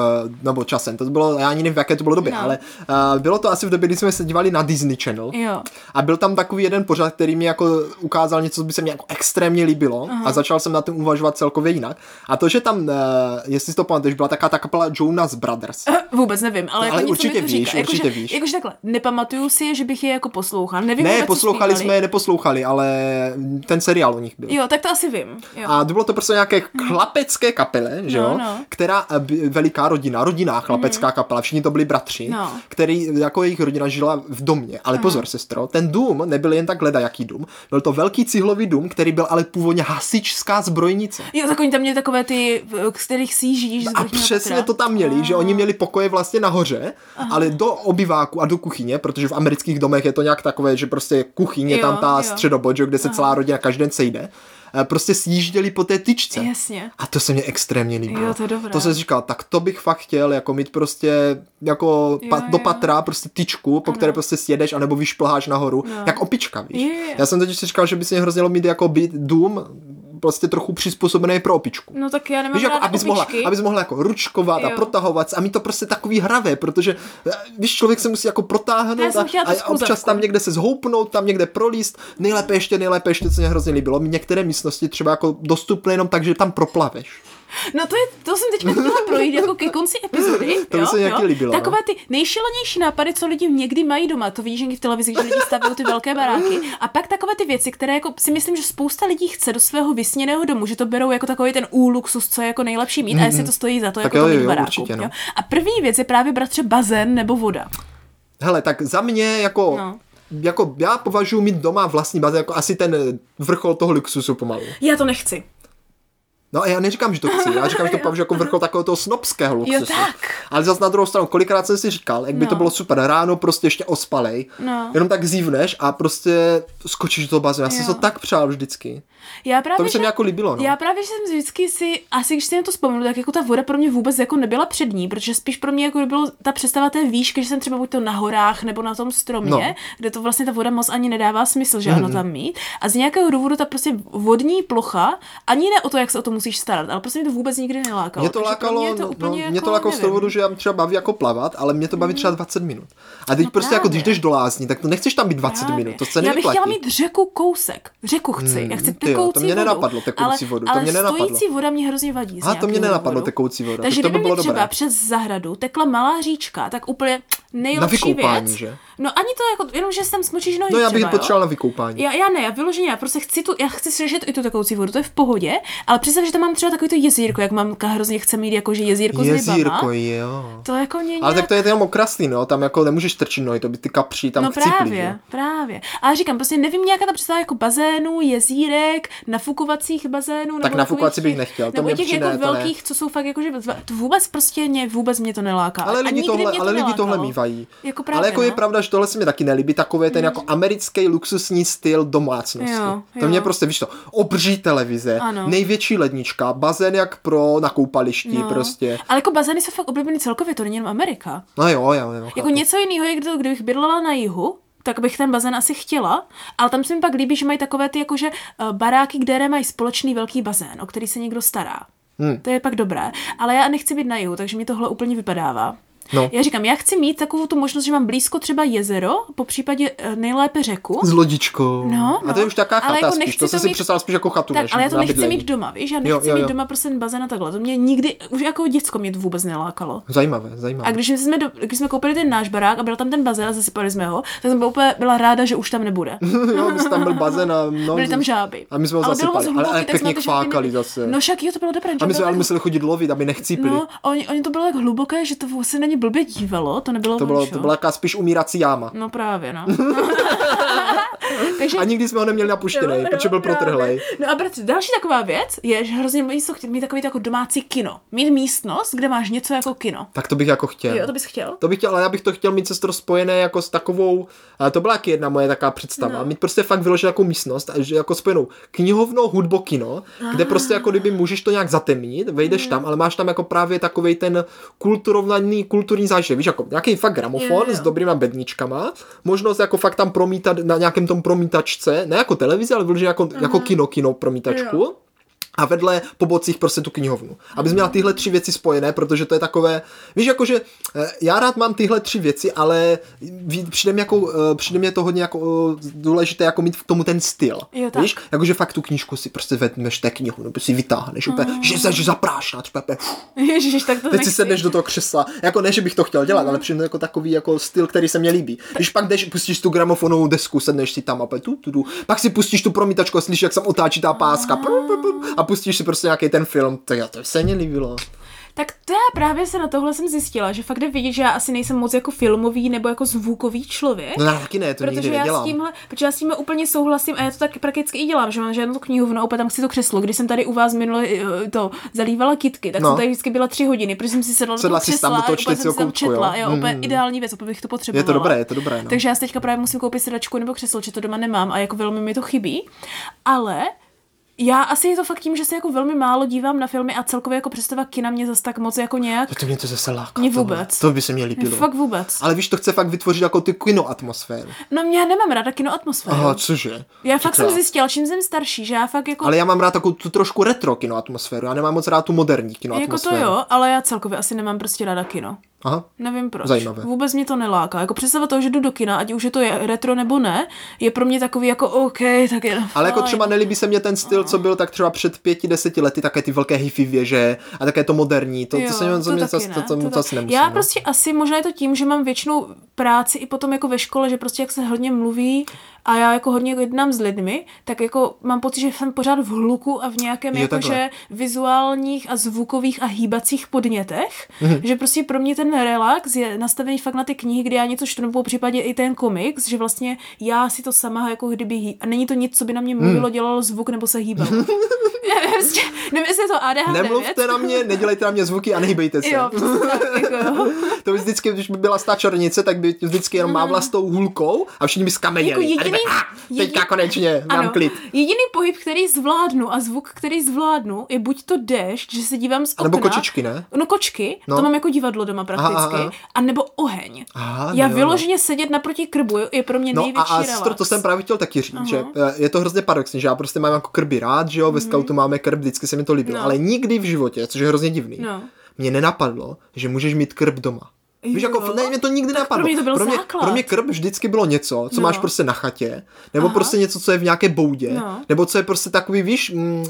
A: nebo časem, to bylo, já ani nevím, v jaké to bylo době,
B: No.
A: no. ale eh, bylo to asi v době, kdy jsme se dívali na Disney Channel.
B: Jo.
A: A byl tam takový jeden pořad, který mi jako ukázal něco, co by se mi jako extrémně líbilo a začal jsem na tom uvažovat celkově jinak. A to, že tam, eh, jestli si to pamatuješ, byla taká ta kapela Jonas Brothers.
B: Eh, Vůbec nevím,
A: No,
B: ale,
A: ale
B: jako něco mi
A: určitě
B: to
A: víš,
B: říká.
A: určitě
B: jakože,
A: víš.
B: Jakože takhle, nepamatuju si, je, že bych je jako poslouchal. Nevím, vůbec,
A: Ne,
B: co
A: poslouchali
B: zpívali.
A: jsme je, neposlouchali, ale ten seriál u nich byl.
B: Jo, tak to asi vím. Jo.
A: A to bylo to prostě nějaké chlapecké kapele, že
B: No,
A: jo?
B: no. Mhm.
A: Která eh, by- veliká rodina, rodinná chlapecká kapela, všichni to byli bratři,
B: No.
A: který jako jejich rodina žila v domě. Ale pozor, sestro, ten dům nebyl jen tak leda jaký dům, byl to velký cihlový dům, který byl ale původně hasičská zbrojnice.
B: Jo, tak oni tam měli takové ty, eh, z kterých sjíždíš z
A: No A
B: vrchního
A: přesně
B: patra.
A: to tam měli, že oni
B: Ah.
A: měli pokoje vlastně nahoře, ale do obyváku a do kuchyně, protože v amerických domech je to nějak takové, že prostě kuchyně
B: Jo,
A: tam ta
B: jo.
A: středobod, že, jo, kde se celá rodina každý den sejde. eh, Prostě sjížděli po té tyčce.
B: Jasně.
A: A to se mě extrémně líbilo.
B: Jo, to je dobré.
A: To jsem si říkal, tak to bych fakt chtěl, jako mít prostě jako
B: Jo,
A: pat, do
B: jo.
A: patra prostě tyčku, po které prostě sjedeš, anebo vyšplháš nahoru,
B: No.
A: jak opička, víš.
B: Jo, jo.
A: Já jsem totiž si říkal, že by se mě hrozně mít jako být dům prostě trochu přizpůsobený pro opičku.
B: No tak já nemám
A: Víš, jako,
B: ráda
A: abys mohla,
B: opičky.
A: abys mohla jako ručkovat a
B: Jo.
A: protahovat se a mít to prostě takový hravé, protože eh, víš, člověk se musí jako
B: To já
A: protáhnout
B: jsem
A: a,
B: chtěla tu
A: a občas
B: skluzavku.
A: tam někde se zhoupnout, tam někde prolíst. Nejlépe ještě, nejlépe ještě, co mě hrozně líbilo, mi některé místnosti třeba jako dostupné jenom tak, že tam proplaveš.
B: No to, je, to jsem teďka chtěla projít jako ke konci epizody.
A: To by
B: jo,
A: se mi
B: jo.
A: taky líbilo, no.
B: Takové ty nejšilenější nápady, co lidi někdy mají doma, to vidíš někdy v televizi, když lidi staví ty velké baráky. A pak takové ty věci, které jako si myslím, že spousta lidí chce do svého vysněného domu, že to berou jako takový ten úluxus, co je jako nejlepší mít a jestli to stojí za to,
A: Mhm. Tak
B: jako to
A: jo,
B: mít v
A: jo,
B: baráku.
A: určitě, no.
B: jo. A první věc je právě bratře bazén nebo voda.
A: Hele, tak za mě jako...
B: No.
A: Jako já považuji mít doma vlastní bazén jako asi ten eh, vrchol toho luxusu pomalu.
B: Já to nechci.
A: No a já neříkám, že to chci, já
B: [LAUGHS]
A: říkám, že to považuji jako vrchol takového toho snobského luxusu.
B: tak.
A: Ale zase na druhou stranu, kolikrát jsem si říkal, jak by
B: No.
A: to bylo super, ráno prostě ještě ospalej,
B: No.
A: jenom tak zívneš a prostě skočíš do toho bazénu. Já jsem
B: Jo.
A: to tak přál vždycky.
B: Já právě,
A: To by se
B: že-
A: mi jako líbilo, no.
B: Já právě, že jsem vždycky si, asi když si na to vzpomenu, tak jako ta voda pro mě vůbec jako nebyla přední, protože spíš pro mě jako bylo ta představa té výšky, že jsem třeba buď to na horách nebo na tom stromě,
A: No. Mhm.
B: kde to vlastně ta voda moc ani nedává smysl, že ano tam mít. A z nějakého důvodu ta prostě vodní plocha, ani ne o to, jak se o to musíš starat, ale prostě mě to vůbec nikdy nelákalo.
A: Mě to
B: Takže pro
A: lákalo,
B: mě je to,
A: no,
B: úplně jako
A: mě to lákalo z toho
B: nevím. Mhm.
A: důvodu, že já třeba baví jako plavat, ale mě to baví třeba 20 minut. A teď
B: No
A: prostě jako když
B: právě.
A: jdeš do lázní, tak to nechceš tam být 20
B: Právě.
A: minut, to se
B: Já bych
A: nevyplatí.
B: chtěla mít řeku kousek. Řeku chci.
A: Hmm,
B: já chci
A: ty jo, to
B: tekoucí
A: mě
B: vodu,
A: nenapadlo, tekoucí
B: ale,
A: vodu, to
B: ale
A: mě nenapadlo.
B: stojící voda mě hrozně vadí. z
A: Aha, to mě
B: nějakého
A: nenapadlo,
B: důvodu.
A: tekoucí voda, tak
B: Takže
A: to by
B: kdyby
A: bylo
B: mi třeba
A: dobré.
B: přes zahradu tekla malá říčka, tak úplně nejlepší
A: vykoupání,
B: věc.
A: že?
B: No ani to jako, jenom že jsem smočíš nohy
A: No já
B: třeba,
A: bych
B: jo?
A: potřeboval na vykoupání.
B: Já, já ne, já vyloženě, já prostě chci tu, já chci slyšet i tu tekoucí vodu, to je v pohodě, ale představ, že tam mám třeba takový to jezírko, jak mamka hrozně chce mít, jako že jezírko, s
A: Jezírko,
B: rybama.
A: jo.
B: To jako mě
A: Ale
B: nějak-
A: tak to je jenom okraslý, no, tam jako nemůžeš trčit nohy, to by ty kapří tam
B: no
A: chcíplí,
B: právě,
A: že?
B: právě. A říkám, prostě nevím, nějaká ta představa jako bazénů, jezírek, nafukovacích bazénů. nebo
A: nafukovací
B: takových
A: bych
B: těch-
A: nechtěl, to
B: nebo
A: mě
B: těch
A: přijde,
B: jako
A: to ne.
B: velkých, co jsou fakt jako, že to vůbec prostě mě, vůbec mě to neláká.
A: Ale
B: A
A: lidi
B: nikdy
A: tohle,
B: mě to
A: ale lidi tohle
B: nelákalo.
A: užívají.
B: Jako právě,
A: Ale jako je
B: no.
A: pravda, že tohle se mi taky nelíbí, takové ten jako americký luxusní styl domácnosti.
B: Jo,
A: To
B: jo.
A: mě prostě, víš to, obří televize,
B: Ano.
A: největší lednička, bazén jak pro na koupališti
B: No.
A: prostě.
B: Ale jako bazény jsou fakt oblíbený celkově, to není jenom Amerika.
A: No jo, jo, jo.
B: Jako
A: chápu.
B: něco jiného je, kdo- kdybych bydlela na jihu, tak bych ten bazén asi chtěla, ale tam se mi pak líbí, že mají takové ty jakože eh, baráky, které mají společný velký bazén, o který se někdo stará.
A: Hmm.
B: To je pak dobré. Ale já nechci být na jihu, takže mi tohle úplně vypadává.
A: No.
B: Já říkám, já chci mít takovou tu možnost, že mám blízko třeba jezero, po případě eh, nejlépe řeku.
A: S lodičkou.
B: No,
A: A to je
B: no.
A: už taká
B: Ale
A: chata
B: jako
A: spíš,
B: nechci
A: to
B: to
A: jsem si
B: mít-
A: představil spíš jako chatu.
B: Tak,
A: než
B: ale já to
A: na
B: nechci
A: bydlení.
B: mít doma, víš, já
A: Jo,
B: nechci
A: jo,
B: mít
A: jo.
B: doma prostě ten bazén a takhle. To mě nikdy, už jako děcko mě to vůbec nelákalo.
A: Zajímavé, zajímavé.
B: A když jsme, do, když jsme koupili ten náš barák a byl tam ten bazén a zasypali jsme ho, tak jsem byla úplně byla ráda, že už tam nebude.
A: [LAUGHS] jo, my jsme tam byl bazén a no,
B: Byly tam žáby.
A: A my jsme ho
B: Ale bylo
A: zasypali,
B: moc
A: ale-
B: hluboké,
A: ale
B: tak
A: pěkně
B: jsme na ty žáby
A: kvákali
B: nebyli-
A: zase.
B: No však jo, to bylo dobré. že
A: a my
B: bylo
A: jsme ale
B: tak-
A: museli chodit lovit, aby nechcípili.
B: No, a oni, oni to bylo tak hluboké, že to se na ně blbě dívalo, to nebylo
A: to, bylo,
B: vončo.
A: to byla jaká spíš umírací jáma.
B: No
A: [LAUGHS]
B: právě, no. Takže
A: A nikdy jsme ho neměli napuštěný,
B: Jo,
A: protože byl
B: jo, právě.
A: protrhlej.
B: No a bratře, další taková věc je, že hrozně mají jsou mít takový jako domácí kino. Mít místnost, kde máš něco jako kino.
A: Tak to bych jako chtěl.
B: Jo, to bys chtěl? [LAUGHS]
A: To bych chtěl, ale já bych to chtěl mít sestro spojené jako s takovou, ale to byla taky jedna moje taká představa,
B: No.
A: no. mít prostě fakt vyloženou jako místnost, že jako spojenou knihovnou, hudbo, kino, kde
B: Ah.
A: prostě jako kdyby můžeš to nějak zatemnit, vejdeš
B: Mhm.
A: tam, ale máš tam jako právě takovej ten kulturovnaný, kulturní zážitek, víš, jako nějaký fakt gramofon
B: Jo, jo.
A: s dobrýma bedničkama, možnost jako fakt tam promítat na nějakém tom promítačce, ne jako televizi, ale vyloženě jako, jako kino, kino promítačku.
B: Mhm. Jo.
A: A vedle po bocích prostě tu knihovnu. Abys měla tyhle tři věci spojené, protože to je takové, víš, jakože eh, já rád mám tyhle tři věci, ale ví- přijde mi, jako, eh, přijde mi to hodně jako eh, důležité jako mít k tomu ten styl.
B: Jo, tak.
A: Víš, jakože fakt tu knižku si prostě vezmeš té knihu, nebo si ji vytáhneš, úplně,
B: Mhm.
A: že se že zaprášná, třeba úplně, uf,
B: Ježíš, tak to
A: teď si
B: nechci. Mhm.
A: sedneš do toho křesla. Jako ne, že bych to chtěl dělat, ale přijde mi to jako takový jako styl, který se mně líbí. Když pak jdeš, pustíš tu gramofonovou desku, sedneš si tam a pak tu, tu, tu, pak si pustíš tu promítačku a slyšíš, jak se otáčí ta páska. Pru, pru, pru, a pustíš si prostě nějaký ten film. To, já, to se mně líbilo.
B: Tak to já právě se na tohle jsem zjistila, že fakt jde vidět, že já asi nejsem moc jako filmový nebo jako zvukový člověk.
A: No já taky ne, to nikdy
B: protože já, s
A: nedělám.
B: tímhle, protože já s tímhle úplně souhlasím a já to taky prakticky i dělám, že mám žádnou knihovnu a úplně tam chci to křeslo. Když jsem tady u vás minule eh, to zalívala kitky, tak
A: No.
B: jsem tady vždycky byla tři hodiny, protože jsem si sedla do toho
A: Sedla jsi tam
B: křesla,
A: do toho
B: a úplně jsem
A: čtecího
B: si tam
A: koutku, jo.
B: četla, jo,
A: Mm.
B: úplně ideální věc, úplně bych to potřebovala.
A: Je to dobré, je to dobré. No.
B: Takže já si teďka právě musím koupit sedačku nebo křeslo, že to doma nemám a jako velmi mi to chybí. Ale já asi je to fakt tím, že se jako velmi málo dívám na filmy a celkově jako představa kina mě zase tak moc jako nějak.
A: To, to mě to zase láká.
B: Mě
A: tohle.
B: vůbec.
A: To by se mě líbilo.
B: Fakt vůbec.
A: Ale víš, to chce fakt vytvořit jako ty kino atmosféru.
B: No mě já nemám ráda kino atmosféru.
A: Aha, cože?
B: Já fakt jsem
A: Tykrát.
B: zjistila, čím jsem starší, že já fakt jako...
A: Ale já mám rád takovou tu trošku retro kino atmosféru. Já nemám moc rád tu moderní kino
B: Jako to
A: atmosféru.
B: jo, ale já celkově asi nemám prostě ráda kino.
A: Aha.
B: Nevím proč.
A: Zajímavé.
B: Vůbec mě to neláká. Jako představa toho, že jdu do kina, ať už je to je- retro nebo ne, je pro mě takový jako OK, tak je.
A: Ale jako
B: fajn.
A: třeba nelíbí se mě ten styl, co byl tak třeba před pěti, deseti lety, také ty velké hifi věže a také to moderní, to,
B: Jo,
A: to se mě, to mě
B: taky
A: zas,
B: ne,
A: to, to, to,
B: tak-
A: zas nemusí.
B: Já
A: no.
B: prostě asi, možná je to tím, že mám většinou práci i potom jako ve škole, že prostě jak se hodně mluví a já jako hodně jednám s lidmi, tak jako mám pocit, že jsem pořád v hluku a v nějakém
A: Je
B: jakože
A: takhle.
B: vizuálních a zvukových a hýbacích podnětech,
A: Mhm.
B: že prostě pro mě ten relax je nastavený fakt na ty knihy, kde já něco čtu, nebo případě i ten komiks, že vlastně já si to sama jako kdyby hý... a není to nic, co by na mě mluvilo,
A: Mhm.
B: dělalo zvuk nebo se
A: [LAUGHS]
B: hýbalo. [LAUGHS] Já prostě, nevím, jestli je to ADHD
A: Nemluvte
B: věc.
A: na mě, nedělejte na mě zvuky a nehybejte se.
B: Jo, přesně tak, jako jo.
A: To by vždycky, když by byla ta černice, tak by vždycky jenom mávla s tou hulkou a všichni by skameněli.
B: Mhm. Jako
A: a kdyby,
B: jediný-
A: ah, teďka
B: jediný-
A: konečně, [LAUGHS] mám
B: Ano.
A: klid.
B: Jediný pohyb, který zvládnu a zvuk, který zvládnu, je buď to déšť, že se dívám z
A: A
B: okna.
A: nebo kočičky, ne?
B: No kočky, no.
A: No.
B: to mám jako divadlo doma prakticky.
A: Aha, aha.
B: A nebo oheň.
A: Aha,
B: Já
A: no jo,
B: vyloženě sedět naproti krbu je- je pro mě
A: No a,
B: největší
A: a
B: relax.
A: sestro, to jsem právě chtěl taky říct, že eh, je to hrozně paradoxní, že já prostě mám jako krby rád, že jo, ve scoutu máme krb, vždycky se mi to líbilo,
B: Mhm. No.
A: ale nikdy v životě, což je hrozně divný,
B: No.
A: mě nenapadlo, že můžeš mít krb doma. Víš,
B: Jo. no.
A: jako, ne, mě to nikdy tak napadlo.
B: pro mě to byl
A: pro, mě,
B: základ.
A: pro mě krb vždycky bylo něco, co
B: No.
A: máš prostě na chatě, nebo
B: Aha.
A: prostě něco, co je v nějaké boudě,
B: No.
A: nebo co je prostě takový, víš, mm, uh,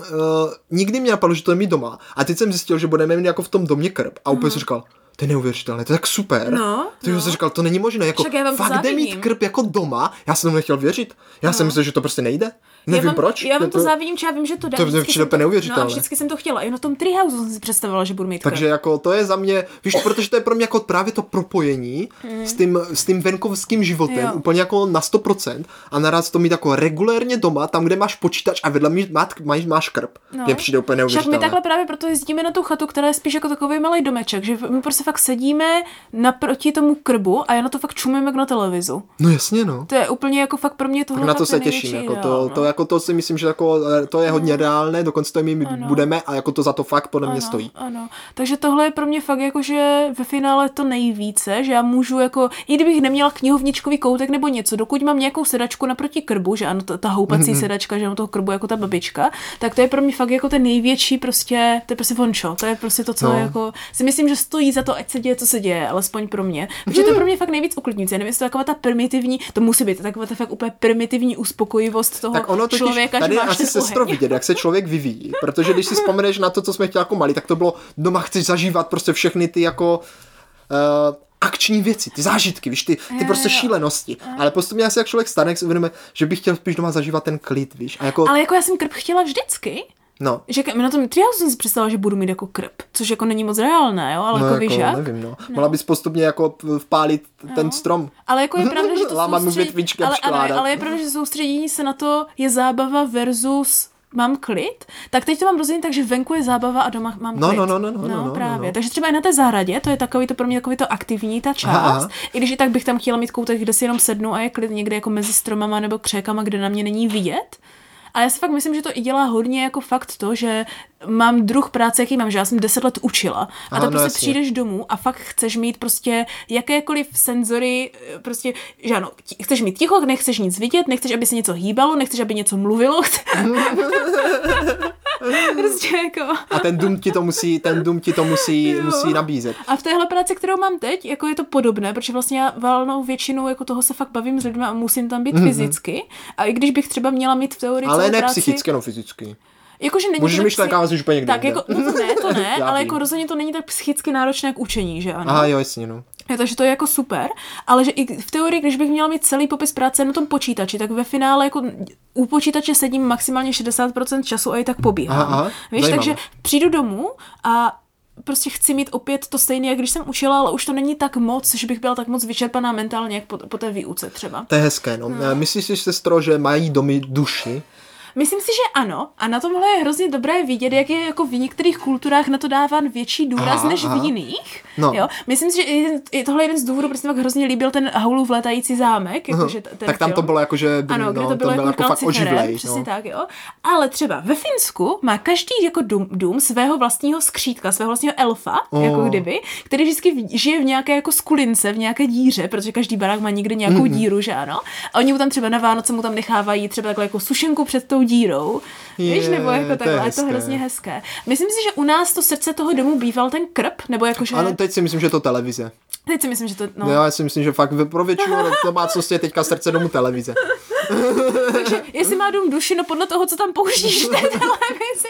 A: nikdy mě napadlo, že to je mít doma. A teď jsem zjistil, že budeme mít jako v tom domě krb. A úplně jsem říkal, to je neuvěřitelné, to je tak super.
B: No,
A: to
B: no.
A: jsem říkal, to není možné. Jako,
B: Však já vám to
A: fakt jde mít
B: závidím. No.
A: krb krb jako doma, já jsem tomu nechtěl věřit. Já jsem myslel, že to prostě nejde. Nevím
B: já vám,
A: proč,
B: Já vám to,
A: jako-
B: závidím, že já vím, že to dá.
A: To mě
B: vždycky
A: přijde
B: jsem
A: úplně
B: No a
A: neuvěřitelné.
B: vždycky jsem to chtěla. I na tom Treehouse jsem si představila, že budu mít
A: Takže jako to je za mě, víš, protože to je pro mě jako právě to propojení s, tím, s tím venkovským životem,
B: Mm. Jo.
A: úplně jako na 100% a naraz to mít jako regulérně doma, tam, kde máš počítač a vedle mě má, máš, máš krb. No. Mně přijde úplně
B: Však my
A: neuvěřitelné.
B: takhle právě proto jezdíme na tu chatu, která je spíš jako takový malý domeček, že my prostě fakt sedíme naproti tomu krbu a já na to fakt čumím jak na televizu.
A: No jasně, no.
B: To je úplně jako fakt pro mě tohle
A: Na to
B: fakt
A: se
B: je největší
A: těším, jako
B: ideál,
A: to,
B: no.
A: to, jako to si myslím, že jako, eh, to je hodně reálné, dokonce to i my budeme a jako to za to fakt podle mě stojí.
B: Ano, takže tohle je pro mě fakt jako, že ve finále to nejvíce, že já můžu jako, i kdybych neměla knihovničkový koutek nebo něco, dokud mám nějakou sedačku naproti krbu, že ano, ta, ta
A: Mhm,
B: houpací sedačka, že mám toho krbu jako ta babička, tak to je pro mě fakt jako ten největší prostě, to je prostě vončo, to je prostě to, co
A: No.
B: jako, si myslím, že stojí za to, ať se děje, co se děje, alespoň pro mě. Protože to je pro mě fakt nejvíc uklidňující, Já nevím, jestli to je taková ta primitivní, to musí být taková ta fakt úplně primitivní uspokojivost toho
A: Tak ono totiž,
B: člověka,
A: tady
B: že
A: je
B: máš
A: asi
B: [LAUGHS] ten
A: sestro
B: oheň.
A: vidět, jak se člověk vyvíjí, protože když si vzpomeneš na to, co jsme chtěli jako malí, tak to bylo doma chceš zažívat prostě všechny ty jako uh, akční věci, ty zážitky, víš, ty, ty prostě
B: jo.
A: šílenosti, ale postupně asi jak člověk stane, jak si uvědomuje, že bych chtěl spíš doma zažívat ten klid, víš, a jako,
B: Ale jako já jsem krb chtěla vždycky,
A: no.
B: Že ke- na tom triálu jsem si představila, že budu mít jako krb, což jako není moc reálné, jo, ale
A: No,
B: jako, víš jak.
A: nevím, no. Mohla bys postupně jako p- vpálit ten strom.
B: Ale jako je
A: [LAUGHS]
B: pravda, že to
A: Lámat mu
B: soustředí-
A: větvičky a
B: ale, ano,
A: přikládat.
B: ale je pravda, že soustředění se na to je zábava versus mám klid, tak teď to mám rozdělené tak, že venku je zábava a doma mám
A: No,
B: klid.
A: no, no, no, no, no, no,
B: právě.
A: no.
B: Takže třeba i na té zahradě, to je takový to pro mě takový to aktivní, ta část.
A: Aha.
B: I když i tak bych tam chtěla mít koutek, kde si jenom sednu a je klid někde jako mezi stromama nebo křékama, kde na mě není vidět. A já si fakt myslím, že to i dělá hodně jako fakt to, že mám druh práce, jaký mám, že já jsem deset let učila. A
A: Aha,
B: to
A: no
B: prostě
A: jasně.
B: přijde přijdeš domů a fakt chceš mít prostě jakékoliv senzory, eh, prostě, že ano, ti- chceš mít ticho, nechceš nic vidět, nechceš, aby se něco hýbalo, nechceš, aby
A: [LAUGHS]
B: něco mluvilo. prostě jako...
A: A ten dům ti to musí, ten dům ti to musí,
B: Jo.
A: musí nabízet.
B: A v téhle práci, kterou mám teď, jako je to podobné, protože vlastně já valnou většinou jako toho se fakt bavím s lidmi a musím tam být mm-hmm. fyzicky. A i když bych třeba měla mít v teorii
A: Mhm. Ale
B: celou
A: ne
B: práci,
A: psychicky, no fyzicky.
B: Jakože není
A: Můžeš
B: to tak
A: myšlenkám asi úplně někde
B: Tak
A: jinde.
B: jako, no to ne,
A: [LAUGHS]
B: to ne,
A: Já
B: ale
A: vím.
B: jako rozhodně to není tak psychicky náročné jak učení, že ano.
A: Aha, jo, jasně, no.
B: Jo, takže to je jako super, ale že i v teorii, když bych měla mít celý popis práce na tom počítači, tak ve finále jako u počítače sedím maximálně 60% času a i tak pobíhám.
A: Aha, aha,
B: Víš,
A: zajímavé.
B: takže přijdu domů a prostě chci mít opět to stejné, jak když jsem učila, ale už to není tak moc, že bych byla tak moc vyčerpaná mentálně, jak po, po té výuce třeba.
A: To je hezké, no.
B: Hmm.
A: no. Myslíš si, sestro, že mají domy duši?
B: Myslím si, že ano. A na tomhle je hrozně dobré vidět, jak je jako v některých kulturách na to dáván větší důraz aha,
A: Aha,
B: než v
A: aha.
B: jiných.
A: No.
B: Jo? Myslím si, že i- i tohle je jeden z důvodů, proč se mi tak hrozně líbil ten Haulu létající zámek. Jakože t- ten
A: tak tam to
B: film.
A: bylo jako, že by-
B: Ano,
A: no,
B: kde to
A: tam
B: bylo
A: byl jako
B: jako,
A: fakt oživlej.
B: přesně
A: No.
B: tak, jo. Ale třeba ve Finsku má každý jako dům, dům svého vlastního skřítka, svého vlastního elfa, oh.
A: Oh.
B: jako kdyby, který vždycky v- žije v nějaké jako skulince, v nějaké díře, protože každý barák má někde nějakou mm-hmm. díru, že ano. A oni mu tam třeba na Vánoce mu tam nechávají třeba takhle jako sušenku před tou dírou. Je, Víš,
A: Je,
B: nebo
A: to
B: jako
A: je
B: takhle, a je to
A: hezké.
B: hrozně hezké. Myslím si, že u nás to srdce toho domu býval ten krb, nebo jakože...
A: Ano, teď si myslím, že je to televize.
B: Teď si myslím, že to... No,
A: No. Já si myslím, že fakt pro
B: [LAUGHS]
A: většinu domácnosti je teďka srdce domů televize.
B: Takže [LAUGHS] jestli má dům duši, no podle toho, co tam pouštíš v té televizi.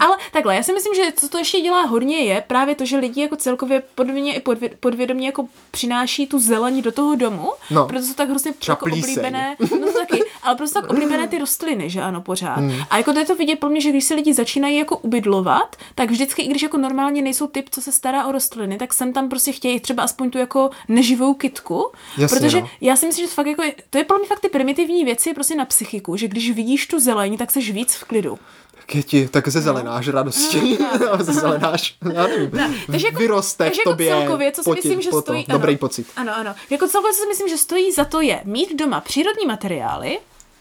B: Ale takhle, já si myslím, že co to ještě dělá hodně je právě to, že lidi jako celkově podvědomě i podvě- podvědomě jako přináší tu zeleň do toho domu,
A: No.
B: proto jsou tak hrozně
A: Třeba
B: jako
A: plíseň.
B: oblíbené, no to taky, ale proto jsou tak oblíbené ty rostliny, že ano, pořád.
A: Hmm.
B: A jako to je to vidět pro mě, že když se lidi začínají jako ubydlovat, tak vždycky, i když jako normálně nejsou typ, co se stará o rostliny, tak sem tam prostě chtějí třeba aspoň tu jako neživou kitku,
A: Jasně,
B: protože
A: no.
B: já si myslím, že to fakt jako je, to je pro mě fakt ty primitivní věci prostě na psychiku, že když vidíš tu zelení, tak seš víc v klidu.
A: Kěti, tak
B: No.
A: se zelenáš
B: [LAUGHS]
A: radosti. [LAUGHS] se zelenáš, já nevím.
B: takže jako-
A: Vyroste v
B: takže jako
A: tobě
B: celkově, co si
A: poti-
B: myslím, že
A: po to,
B: stojí- ano.
A: Dobrý pocit.
B: Ano, ano. Jako celkově, co si myslím, že stojí za to je mít doma přírodní materiály,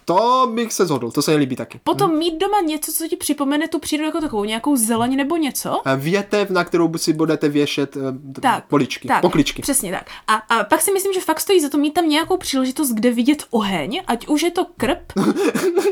A: To bych se zhodl, to se mi líbí taky.
B: potom mít doma něco, co ti připomene tu přírodu jako takovou, nějakou zeleň nebo něco.
A: Eh, Větev, na kterou si budete věšet eh, t-
B: Tak,
A: poličky,
B: tak,
A: pokličky.
B: Přesně tak. A, a pak si myslím, že fakt stojí za to mít tam nějakou příležitost, kde vidět oheň, ať už je to
A: [LAUGHS]
B: krb,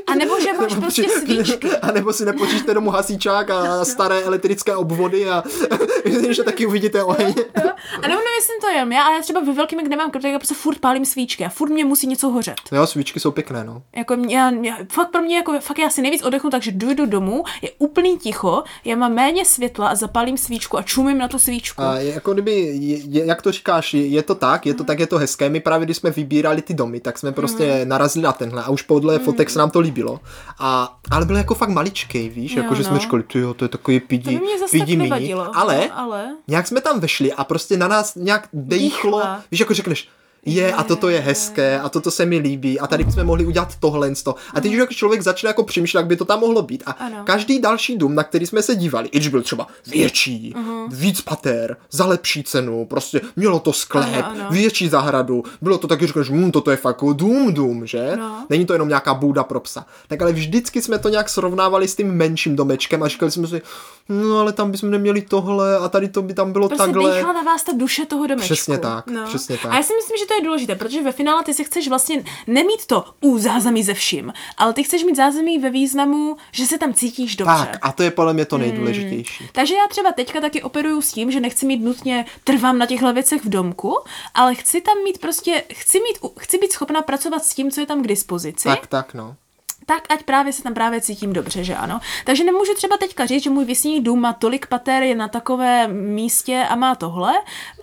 B: anebo že máš prostě svíčky.
A: A nebo si nepočíte domů hasičák a staré elektrické obvody a [LAUGHS] myslím, že taky uvidíte oheň.
B: Jo? A nebo nevím, jestli to jen jako já, ale já třeba ve velkým, kde mám krb, tak já prostě furt pálím svíčky a furt mě musí něco hořet.
A: Jo, svíčky jsou pěkné, no.
B: jako já, já, fakt pro mě, jako fakt já si nejvíc odechnu, takže dojdu domů, je úplný ticho, já mám méně světla a zapálím svíčku a čumím na tu svíčku.
A: A je jako kdyby, je, je, jak to říkáš, je, je to tak, je to tak, je to hezké. My právě, když jsme vybírali ty domy, tak jsme prostě
B: Mhm.
A: narazili na tenhle a už podle fotek se nám to líbilo. A, ale byl jako fakt maličkej, víš,
B: Jo,
A: jako že
B: no.
A: jsme čkoli, ty to je takový
B: to by
A: pidi,
B: mě zase tak
A: pidi mini.
B: nevadilo.
A: Ale,
B: No, ale...
A: nějak jsme tam vešli a prostě na nás nějak dejchlo,
B: Dýchla.
A: víš, jako řekneš, je, a toto je hezké, a toto se mi líbí, a tady jsme mohli udělat tohle. z toho. A teď už jako člověk začne jako přemýšlet, jak by to tam mohlo být. A
B: Mhm. Ano.
A: každý další dům, na který jsme se dívali, i když byl třeba větší,
B: Mhm.
A: víc pater, za lepší cenu, prostě mělo to sklep,
B: Ano, ano.
A: větší zahradu, bylo to taky, řekneš, hm, toto je fakt jako dům, dům, že?
B: No.
A: Není to jenom nějaká bouda pro psa. Tak ale vždycky jsme to nějak srovnávali s tím menším domečkem a říkali jsme si, no ale tam bychom neměli tohle a tady to by tam bylo
B: Prostě
A: takhle.
B: dýchá na vás ta duše toho domečku. No.
A: Přesně tak, přesně tak.
B: A já si myslím, že to je důležité, protože ve finále ty se chceš vlastně nemít to u zázemí ze vším, ale ty chceš mít zázemí ve významu, že se tam cítíš dobře. Hmm.
A: Tak a to je podle mě to nejdůležitější.
B: Takže já třeba teďka taky operuju s tím, že nechci mít nutně trvám na těchhle věcech v domku, ale chci tam mít prostě, chci, mít, u- chci být schopná pracovat s tím, co je tam k dispozici
A: Tak, tak, no.
B: tak ať právě se tam právě cítím dobře, že ano. Takže nemůžu třeba teďka říct, že můj vysněný dům má tolik pater, je na takovém místě a má tohle.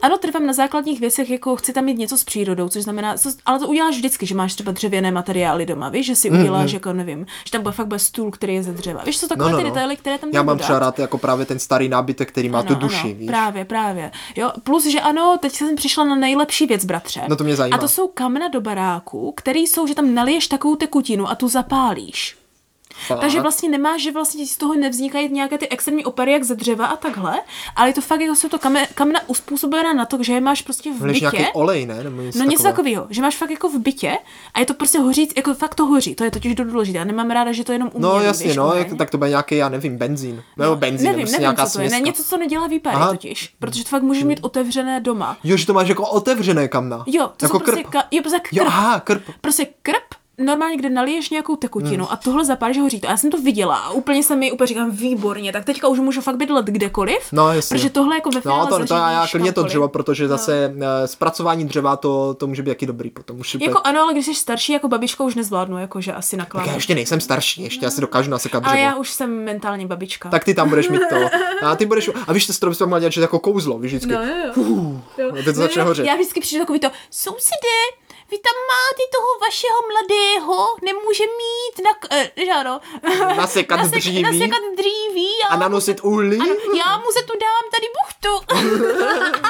B: Ano, trvám na základních věcech, jako chci tam mít něco s přírodou, což znamená, co, ale to uděláš vždycky, že máš třeba dřevěné materiály doma, víš, že si
A: Mm,
B: uděláš, jako nevím, že tam bude fakt bude stůl, který je ze dřeva. Víš, jsou takové ty detaily, které tam
A: No, Já
B: nebudu
A: mám
B: dát.
A: třeba rád jako právě ten starý nábytek, který má tu duši,
B: ano,
A: víš.
B: Právě, právě. Jo, plus, že ano, teď jsem přišla na nejlepší věc, bratře.
A: No to mě zajímá.
B: A to jsou kamna do baráku, které jsou, že tam naliješ takovou tekutinu a tu zapálíš.
A: Fakt.
B: Takže vlastně nemáš, že vlastně z toho nevznikají nějaké ty extrémní opary, jak ze dřeva a takhle, ale je to fakt, jako jsou to kame- kamna uspůsobená na to, že je máš prostě v
A: Vleješ nějaký
B: bytě.
A: olej, ne? Nebo něco
B: No něco
A: takového.
B: takového, že máš fakt jako v bytě a je to prostě hoříc, jako fakt to hoří, to je totiž důležité. Já nemám ráda, že to je jenom umělý,
A: No jasně,
B: víš,
A: no,
B: oheň.
A: jak, tak to bude nějaký, já nevím, benzín. Nebo benzín,
B: No, nevím,
A: nebo prostě
B: nevím,
A: nějaká
B: co to je, ne,
A: směska.
B: něco, co nedělá výpary
A: Aha. Hm.
B: totiž, protože to fakt můžeš mít otevřené doma.
A: Jo, že to máš jako otevřené kamna.
B: Jo, to
A: jako
B: jsou prostě,
A: krb.
B: ka- jo, prostě krp.
A: Jo, aha, krp.
B: Prostě krp, normálně, kde naliješ nějakou tekutinu a tohle zapálíš a hoří to. Já jsem to viděla a úplně jsem mi úplně říkám výborně, tak teďka už můžu fakt bydlet kdekoliv,
A: No, jasně.
B: protože tohle jako ve finále
A: No, to, to já, já
B: zařídíš
A: klidně to
B: kamkoliv.
A: dřevo, protože zase eh, zpracování dřeva to, to může být jaký dobrý potom. Už
B: Jako ano, ale když jsi starší, jako babička už nezvládnu, jakože asi
A: tak já
B: nakládám.
A: ještě nejsem starší, ještě asi dokážu nasekat
B: Ale
A: dřevo.
B: já už jsem mentálně babička.
A: Tak ty tam budeš mít to. A ty budeš, a víš, to strom se měl dělat, že jako kouzlo, víš vždycky.
B: No, jo, jo. jo.
A: a teď to začne hořet.
B: Já vždycky přijdu takový to, sousedy, vy tam máte toho vašeho mladého, nemůže mít na, eh, že ano, [LAUGHS]
A: Nasekat dříví.
B: nasekat dříví a,
A: A nanosit uhlí.
B: ano, já mu za to dám tady
A: [LAUGHS]
B: buchtu.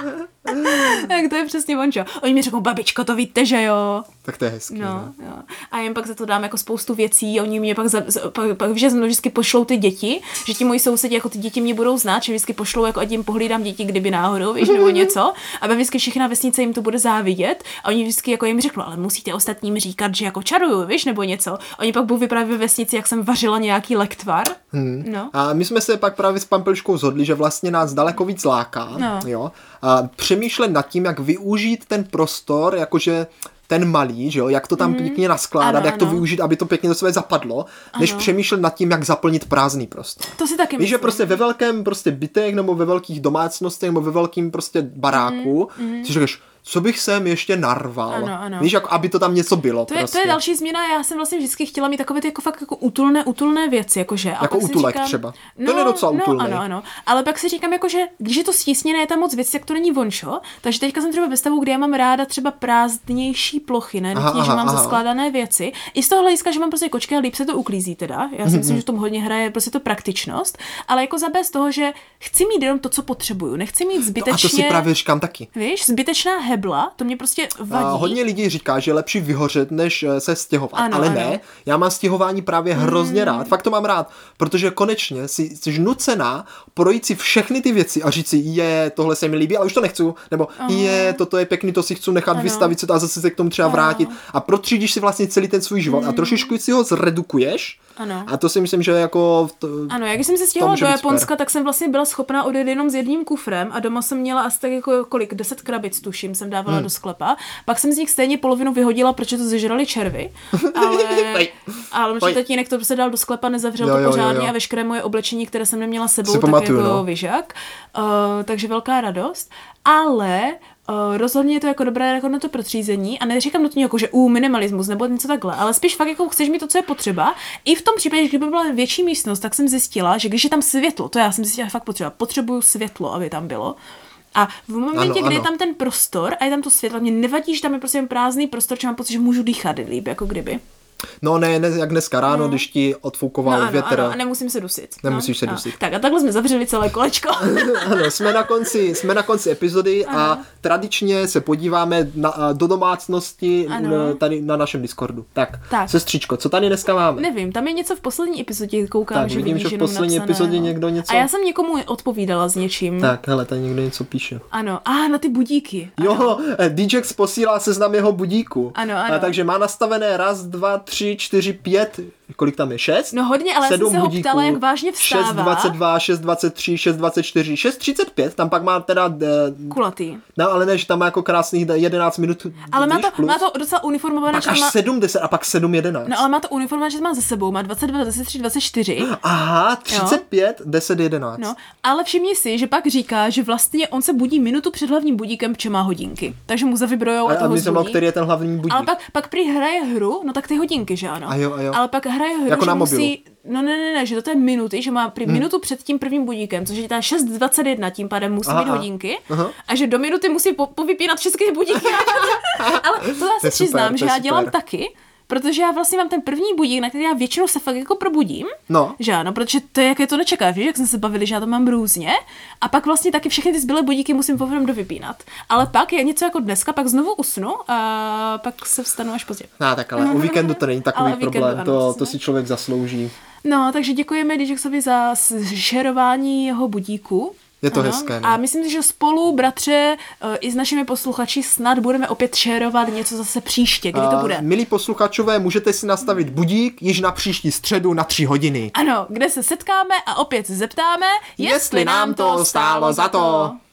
B: tak to je přesně ončo. Oni mi řeknou, babičko, to víte, že jo.
A: Tak to je hezký.
B: No,
A: No.
B: jo. A já jim pak za to dám jako spoustu věcí, oni mě pak, za, za- pak, pak že mnou vždycky pošlou ty děti, že ti moji sousedi jako ty děti mě budou znát, že vždycky pošlou, jako ať jim pohlídám děti, kdyby náhodou, víš,
A: Mhm.
B: nebo něco. A pak vždycky všechna vesnice jim to bude závidět a oni vždycky jako jim řeknou, ale musíte ostatním říkat, že jako čaruju, víš, nebo něco. Oni pak budou vyprávět ve vesnici, jak jsem vařila nějaký lektvar.
A: Mhm.
B: Hmm. No.
A: A my jsme se pak právě s Pampeliškou zhodli, že vlastně nás daleko víc láká,
B: No.
A: jo, a přemýšlet nad tím, jak využít ten prostor, jakože ten malý, že jo, jak to tam pěkně naskládat,
B: Mhm. Ano,
A: jak to
B: ano.
A: využít, aby to pěkně do sebe zapadlo, než přemýšlet nad tím, jak zaplnit prázdný prostor.
B: To si taky
A: Víš, že
B: myslím.
A: prostě ve velkém prostě bytech nebo ve velkých domácnostech nebo ve velkém prostě baráku, si říkáš, co bych sem ještě narval.
B: Mm, Ano, ano.
A: Víš, jako aby to tam něco bylo.
B: To je,
A: prostě.
B: to je další změna, já jsem vlastně vždycky chtěla mít takové ty jako fakt jako útulné, útulné věci, jakože. A
A: Jako
B: pak si
A: útulek třeba. Ten je docela
B: no,
A: útulnej.
B: ano, ano. Ale pak si říkám, jakože, když je to stísněné, je tam moc věcí, jak to není vončo. Takže teďka jsem třeba ve stavu, kde já mám ráda třeba prázdnější plochy, ne
A: Aha,
B: nutně, že
A: aha,
B: mám
A: aha.
B: zaskládané věci. I z toho hlediska, že mám prostě kočky a líp se to uklízí teda. Já
A: Mhm,
B: si myslím, že v tom hodně hraje prostě to praktičnost, ale jako za bez toho, že chci mít jenom to, co potřebuju. Nechci mít zbytečně.
A: No A to si právě říkám taky.
B: Víš, zbytečná hebla, to mě prostě vadí.
A: A hodně lidí říká, že je lepší vyhořet, než eh, se stěhovat.
B: Ano,
A: Ale
B: ano. Hmm.
A: ne, já mám stěhování právě hrozně rád. Fakt to mám rád, protože konečně jsi, jsi nucená projít si všechny ty věci a říct si, je, tohle se mi líbí, ale už to nechci. Nebo je, toto je pěkný, to si chci nechat vystavit se to a zase se k tomu třeba vrátit. A protřídíš si vlastně celý ten svůj život a trošičku si ho zredukuješ.
B: Hmm. Ano.
A: A to si myslím, že jako. To,
B: Ano, jak jsem se stěhovala
A: může
B: do
A: být super.
B: Japonska, tak jsem vlastně byla schopná odejít jenom s jedním kufrem a doma jsem měla asi tak jako kolik, 10 krabic, tuším, jsem dávala
A: Hmm.
B: do sklepa. Pak jsem z nich stejně polovinu vyhodila, protože to zežrali červy.
A: [LAUGHS]
B: Ale,
A: Oj.
B: ale můj
A: Oj.
B: tatínek to prostě dal do sklepa, nezavřel
A: Jo,
B: to
A: jo, jo,
B: pořádně
A: jo. no.
B: a veškeré moje oblečení, které jsem neměla s sebou,
A: Si
B: tak
A: pamatuju,
B: jako
A: no.
B: vyžak. Uh, takže velká radost. Ale Uh, rozhodně je to jako dobré jako na to protřízení a neříkám nutně jako, že u minimalismus nebo něco takhle, ale spíš fakt jako chceš mi to, co je potřeba. I v tom případě, že kdyby byla větší místnost, tak jsem zjistila, že když je tam světlo, to já jsem zjistila že fakt potřeba, potřebuju světlo, aby tam bylo. A v momentě,
A: Ano,
B: kdy je
A: ano.
B: tam ten prostor a je tam to světlo, mě nevadí, že tam je prostě jen prázdný prostor, že mám pocit, že můžu dýchat líp, jako kdyby.
A: No ne, ne jak dneska ráno, když ti odfoukoval
B: No, ano,
A: větr.
B: ano, a nemusím se dusit.
A: Nemusíš
B: no,
A: se
B: no.
A: dusit.
B: Tak a takhle jsme zavřeli celé kolečko.
A: [LAUGHS] ano, jsme na konci, jsme na konci epizody a tradičně se podíváme na, a do domácnosti
B: Ano.
A: na, tady na našem Discordu. Tak,
B: Tak.
A: sestřičko, co tady dneska máme?
B: Nevím, tam je něco v poslední epizodě, koukám,
A: Tak,
B: že
A: vidím,
B: vidíš
A: že v
B: jenom
A: poslední
B: napsané,
A: epizodě
B: no.
A: někdo něco-
B: A já jsem někomu odpovídala s něčím.
A: Tak, hele, tady někdo něco píše.
B: Ano, a na ty budíky.
A: Jo, eh, DJX posílá seznam jeho budíků.
B: Ano, ano.
A: A, takže má nastavené raz, dva, tři, čtyři, pět, kolik tam je, šest?
B: No hodně, ale já jsem
A: Sedm
B: se ho
A: budíků,
B: ptala, jak vážně vstává.
A: 6.22, 6.23, 6.24, 6.35, tam pak má teda, eh,
B: Kulatý.
A: no ale ne, že tam má jako krásných 11 minut,
B: Ale má
A: víš,
B: to,
A: plus.
B: má to docela uniformované,
A: Pak
B: že to
A: až
B: má...
A: 70 a pak 7.11.
B: No ale má to uniformované, že to má ze sebou, má 22, 23, 24.
A: Aha, 35, 10, 11.
B: No, ale všimni si, že pak říká, že vlastně on se budí minutu před hlavním budíkem, protože má hodinky. Takže mu zavibrujou a,
A: a, a
B: toho
A: my jsme
B: zvoní.
A: který je ten hlavní budík.
B: Ale pak, pak prý hraje hru, no tak ty hodinky, že ano.
A: A jo, a jo.
B: Ale pak hraje hru,
A: Jako
B: že
A: na mobilu. Hmm.
B: musí, no ne, ne, ne, že do té minuty, že má prý minutu před tím prvním budíkem, což je ta 6.21, tím pádem musí
A: Aha,
B: být
A: aha.
B: hodinky.
A: Aha.
B: A že do minuty musí po, povypínat všechny
A: [LAUGHS]
B: budíky. Ale to já
A: To je super, to
B: se přiznám,
A: je
B: že já
A: super.
B: dělám taky, Protože já vlastně mám ten první budík, na který já většinou se fakt jako probudím.
A: No.
B: Že ano, protože to je, jak je to nečekáš, víš, jak jsme se bavili, že já to mám různě. A pak vlastně taky všechny ty zbylé budíky musím povrem dovypínat. Ale pak je něco jako dneska, pak znovu usnu a pak se vstanu až pozdě.
A: No, tak ale u víkendu to není takový
B: Mhm. Ale o víkendu,
A: problém,
B: ano,
A: to, to
B: přesně.
A: si člověk zaslouží.
B: No, takže děkujeme Dižeksovi za šerování jeho budíku.
A: Je to hezké, no.
B: A myslím si, že spolu, bratře, eh, i s našimi posluchači snad budeme opět šerovat něco zase příště, kdy to
A: A,
B: bude.
A: Milí posluchačové, můžete si nastavit budík již na příští středu na 3 hodiny.
B: Ano, kde se setkáme a opět se zeptáme,
A: Jestli nám to stálo za to.